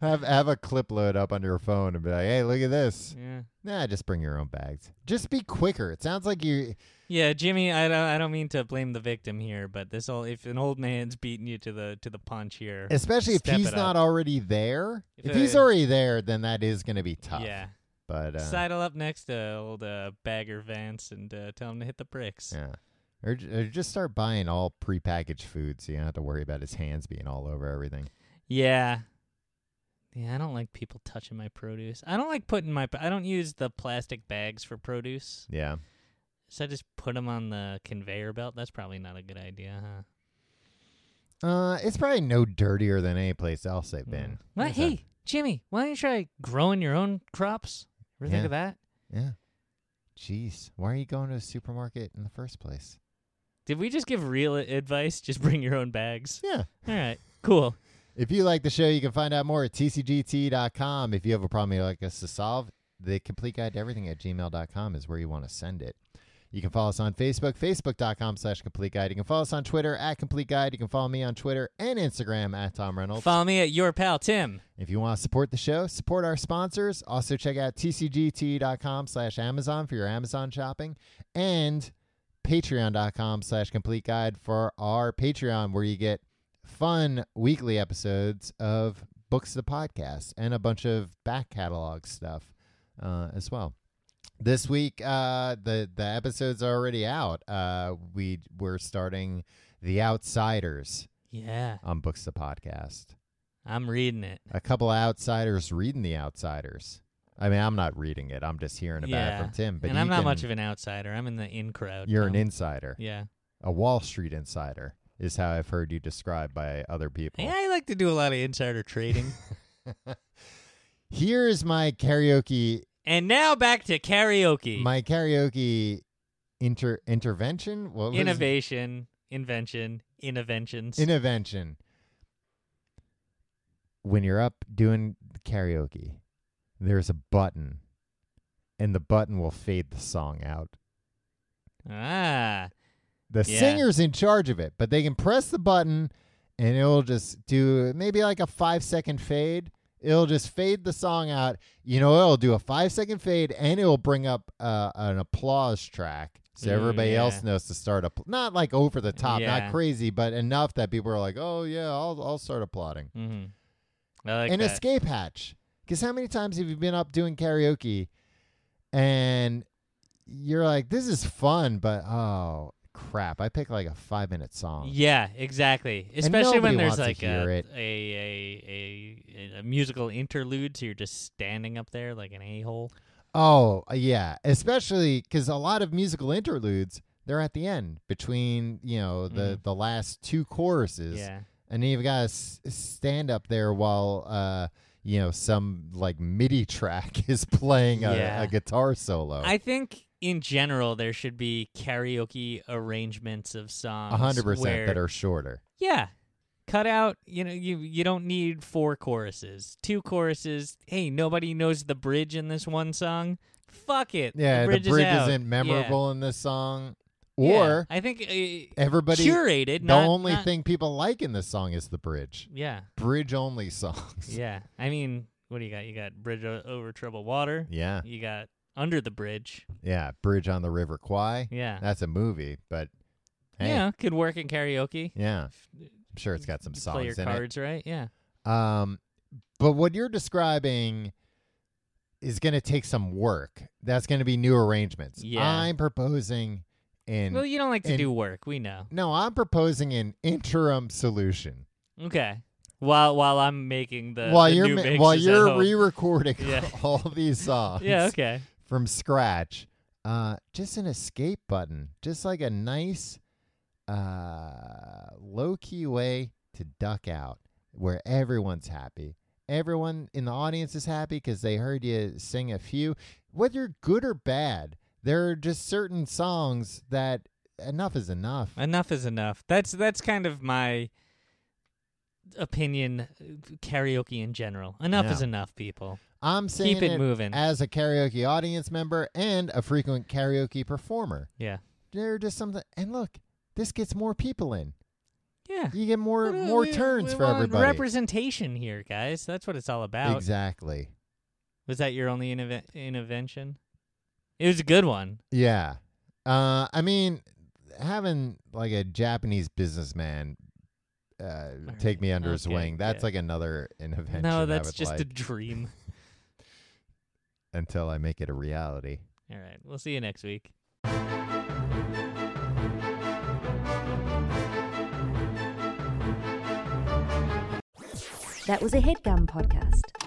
Speaker 1: have have a clip load up on your phone and be like, "Hey, look at this."
Speaker 2: yeah.
Speaker 1: Nah, just bring your own bags. Just be quicker. It sounds like you.
Speaker 2: Yeah, Jimmy, I don't, I don't mean to blame the victim here, but this all if an old man's beating you to the to the punch here,
Speaker 1: Especially if
Speaker 2: Step
Speaker 1: he's
Speaker 2: it
Speaker 1: not already there.
Speaker 2: If
Speaker 1: If he's
Speaker 2: I-
Speaker 1: already there, then that is going to be tough.
Speaker 2: yeah,
Speaker 1: But uh,
Speaker 2: Sidle up next to old uh, Bagger Vance and uh, tell him to hit the bricks.
Speaker 1: yeah, or, j- or just start buying all prepackaged food, so you don't have to worry about his hands being all over everything.
Speaker 2: Yeah. Yeah, I don't like people touching my produce. I don't like putting my. I don't use the plastic bags for produce,
Speaker 1: Yeah,
Speaker 2: so I just put them on the conveyor belt. That's probably not a good idea, huh?
Speaker 1: uh, it's probably no dirtier than any place else they've been.
Speaker 2: Well,
Speaker 1: There's a-
Speaker 2: Mm. hey, Jimmy, why don't you try growing your own crops? Ever think
Speaker 1: Yeah.
Speaker 2: of that?
Speaker 1: yeah. Jeez, why are you going to a supermarket in the first place?
Speaker 2: Did we just give real advice? Just bring your
Speaker 1: <laughs>
Speaker 2: own bags.
Speaker 1: Yeah.
Speaker 2: All right, cool.
Speaker 1: If you like the show, you can find out more at tcgt.com. If you have a problem you'd like us to solve, the complete guide to everything at gmail.com is where you want to send it. You can follow us on Facebook, facebook.com slash complete guide. You can follow us on Twitter at complete guide. You can follow me on Twitter and Instagram at Tom Reynolds.
Speaker 2: Follow me at your pal Tim.
Speaker 1: If you want to support the show, support our sponsors. Also check out tcgt.com E slash Amazon for your Amazon shopping and patreon.com slash complete guide for our Patreon where you get fun weekly episodes of Books the Podcast and a bunch of back catalog stuff uh, as well. This week, uh, the the episodes are already out. Uh, we we're starting The Outsiders
Speaker 2: Yeah,
Speaker 1: on Books the Podcast
Speaker 2: I'm reading it.
Speaker 1: a couple of outsiders reading the outsiders. I mean, I'm not reading it. I'm just hearing about
Speaker 2: yeah,
Speaker 1: it from Tim. But
Speaker 2: and
Speaker 1: you
Speaker 2: I'm not
Speaker 1: can-
Speaker 2: much of an outsider. I'm in the in crowd.
Speaker 1: You're an
Speaker 2: Tom.
Speaker 1: insider,
Speaker 2: Yeah.
Speaker 1: a Wall Street insider is how I've heard you described by other people.
Speaker 2: Yeah, I like to do a lot of insider trading.
Speaker 1: Here is my karaoke,
Speaker 2: and now back to karaoke.
Speaker 1: my karaoke inter intervention. What was
Speaker 2: Innovation, invention, inventions.
Speaker 1: intervention? When you're up doing karaoke, there's a button, and the button will fade the song out.
Speaker 2: ah,
Speaker 1: The
Speaker 2: Yeah.
Speaker 1: singer's in charge of it, but they can press the button and it'll just do maybe like a five second fade. It'll just fade the song out. You know, it'll do a five second fade and it'll bring up uh, an applause track. So
Speaker 2: Ooh,
Speaker 1: everybody
Speaker 2: Mm, yeah.
Speaker 1: else knows to start up, not like over the top,
Speaker 2: Yeah.
Speaker 1: not crazy, but enough that people are like, "Oh yeah, I'll I'll start applauding."
Speaker 2: hmm I like
Speaker 1: an
Speaker 2: that.
Speaker 1: escape hatch. Because how many times have you been up doing karaoke and you're like, this is fun, but oh crap, I pick like a five minute song.
Speaker 2: Yeah, exactly. Especially when
Speaker 1: nobody
Speaker 2: there's
Speaker 1: wants
Speaker 2: like
Speaker 1: to
Speaker 2: a,
Speaker 1: hear it.
Speaker 2: a, a a a musical interlude, so you're just standing up there like an a hole.
Speaker 1: Oh, yeah. Especially because a lot of musical interludes, they're at the end between, you know, the, the last two choruses.
Speaker 2: Mm. Yeah,
Speaker 1: And then you've got to s- stand up there while, uh, you know, some like MIDI track <laughs> is playing a,
Speaker 2: Yeah.
Speaker 1: a guitar solo.
Speaker 2: I think in general there should be karaoke arrangements of songs.
Speaker 1: A hundred
Speaker 2: where-
Speaker 1: percent that are shorter.
Speaker 2: Yeah. Cut out, you know, you you don't need four choruses. Two choruses. Hey, nobody knows the bridge in this one song. Fuck it.
Speaker 1: Yeah,
Speaker 2: the bridge, is out.
Speaker 1: isn't memorable in this song.
Speaker 2: Yeah. Yeah.
Speaker 1: Or
Speaker 2: I think uh,
Speaker 1: everybody
Speaker 2: curated.
Speaker 1: the
Speaker 2: not-
Speaker 1: only
Speaker 2: not-
Speaker 1: thing people like in this song is the bridge.
Speaker 2: Yeah,
Speaker 1: Bridge only songs.
Speaker 2: yeah. I mean, what do you got? You got bridge o- over troubled water.
Speaker 1: <laughs> Yeah.
Speaker 2: You got under the bridge.
Speaker 1: Yeah. Bridge on the River Kwai.
Speaker 2: Yeah,
Speaker 1: That's a movie, but hey.
Speaker 2: yeah. Could work in karaoke.
Speaker 1: Yeah. I'm sure it's got some
Speaker 2: You play your
Speaker 1: songs in it.
Speaker 2: cards right. Yeah.
Speaker 1: Um, but what you're describing is going to take some work. That's going to be new arrangements.
Speaker 2: Yeah.
Speaker 1: I'm proposing in
Speaker 2: well, you don't like to
Speaker 1: and-
Speaker 2: do work. We know.
Speaker 1: No, I'm proposing an interim solution.
Speaker 2: Okay. While while I'm making the
Speaker 1: while
Speaker 2: the
Speaker 1: you're
Speaker 2: new
Speaker 1: ma-
Speaker 2: mixes
Speaker 1: while
Speaker 2: at
Speaker 1: you're
Speaker 2: home.
Speaker 1: re-recording
Speaker 2: Yeah.
Speaker 1: <laughs> all these songs
Speaker 2: yeah. Okay.
Speaker 1: from scratch, uh, just an escape button, just like a nice uh, low-key way to duck out, where everyone's happy. Everyone in the audience is happy because they heard you sing a few, whether good or bad. There are just certain songs that enough is enough.
Speaker 2: Enough is enough. That's that's kind of my opinion uh, karaoke in general. Enough
Speaker 1: Yeah.
Speaker 2: is enough, people.
Speaker 1: I'm saying
Speaker 2: Keep it moving.
Speaker 1: as a karaoke audience member and a frequent karaoke performer.
Speaker 2: Yeah.
Speaker 1: they're just something. And look, this gets more people in.
Speaker 2: Yeah.
Speaker 1: You get more
Speaker 2: We-
Speaker 1: more
Speaker 2: we-
Speaker 1: turns
Speaker 2: we
Speaker 1: for
Speaker 2: want
Speaker 1: everybody.
Speaker 2: Representation here, guys. That's what it's all about.
Speaker 1: Exactly.
Speaker 2: Was that your only innoven- intervention? It was a good one.
Speaker 1: Yeah. Uh, I mean, having like a Japanese businessman uh, take me under his
Speaker 2: Okay,
Speaker 1: wing. That's
Speaker 2: yeah.
Speaker 1: like another invention. I
Speaker 2: no, that's
Speaker 1: would
Speaker 2: just a
Speaker 1: like.
Speaker 2: dream.
Speaker 1: until I make it a reality.
Speaker 2: <laughs> All right. We'll see you next week.
Speaker 3: That was a headgum podcast.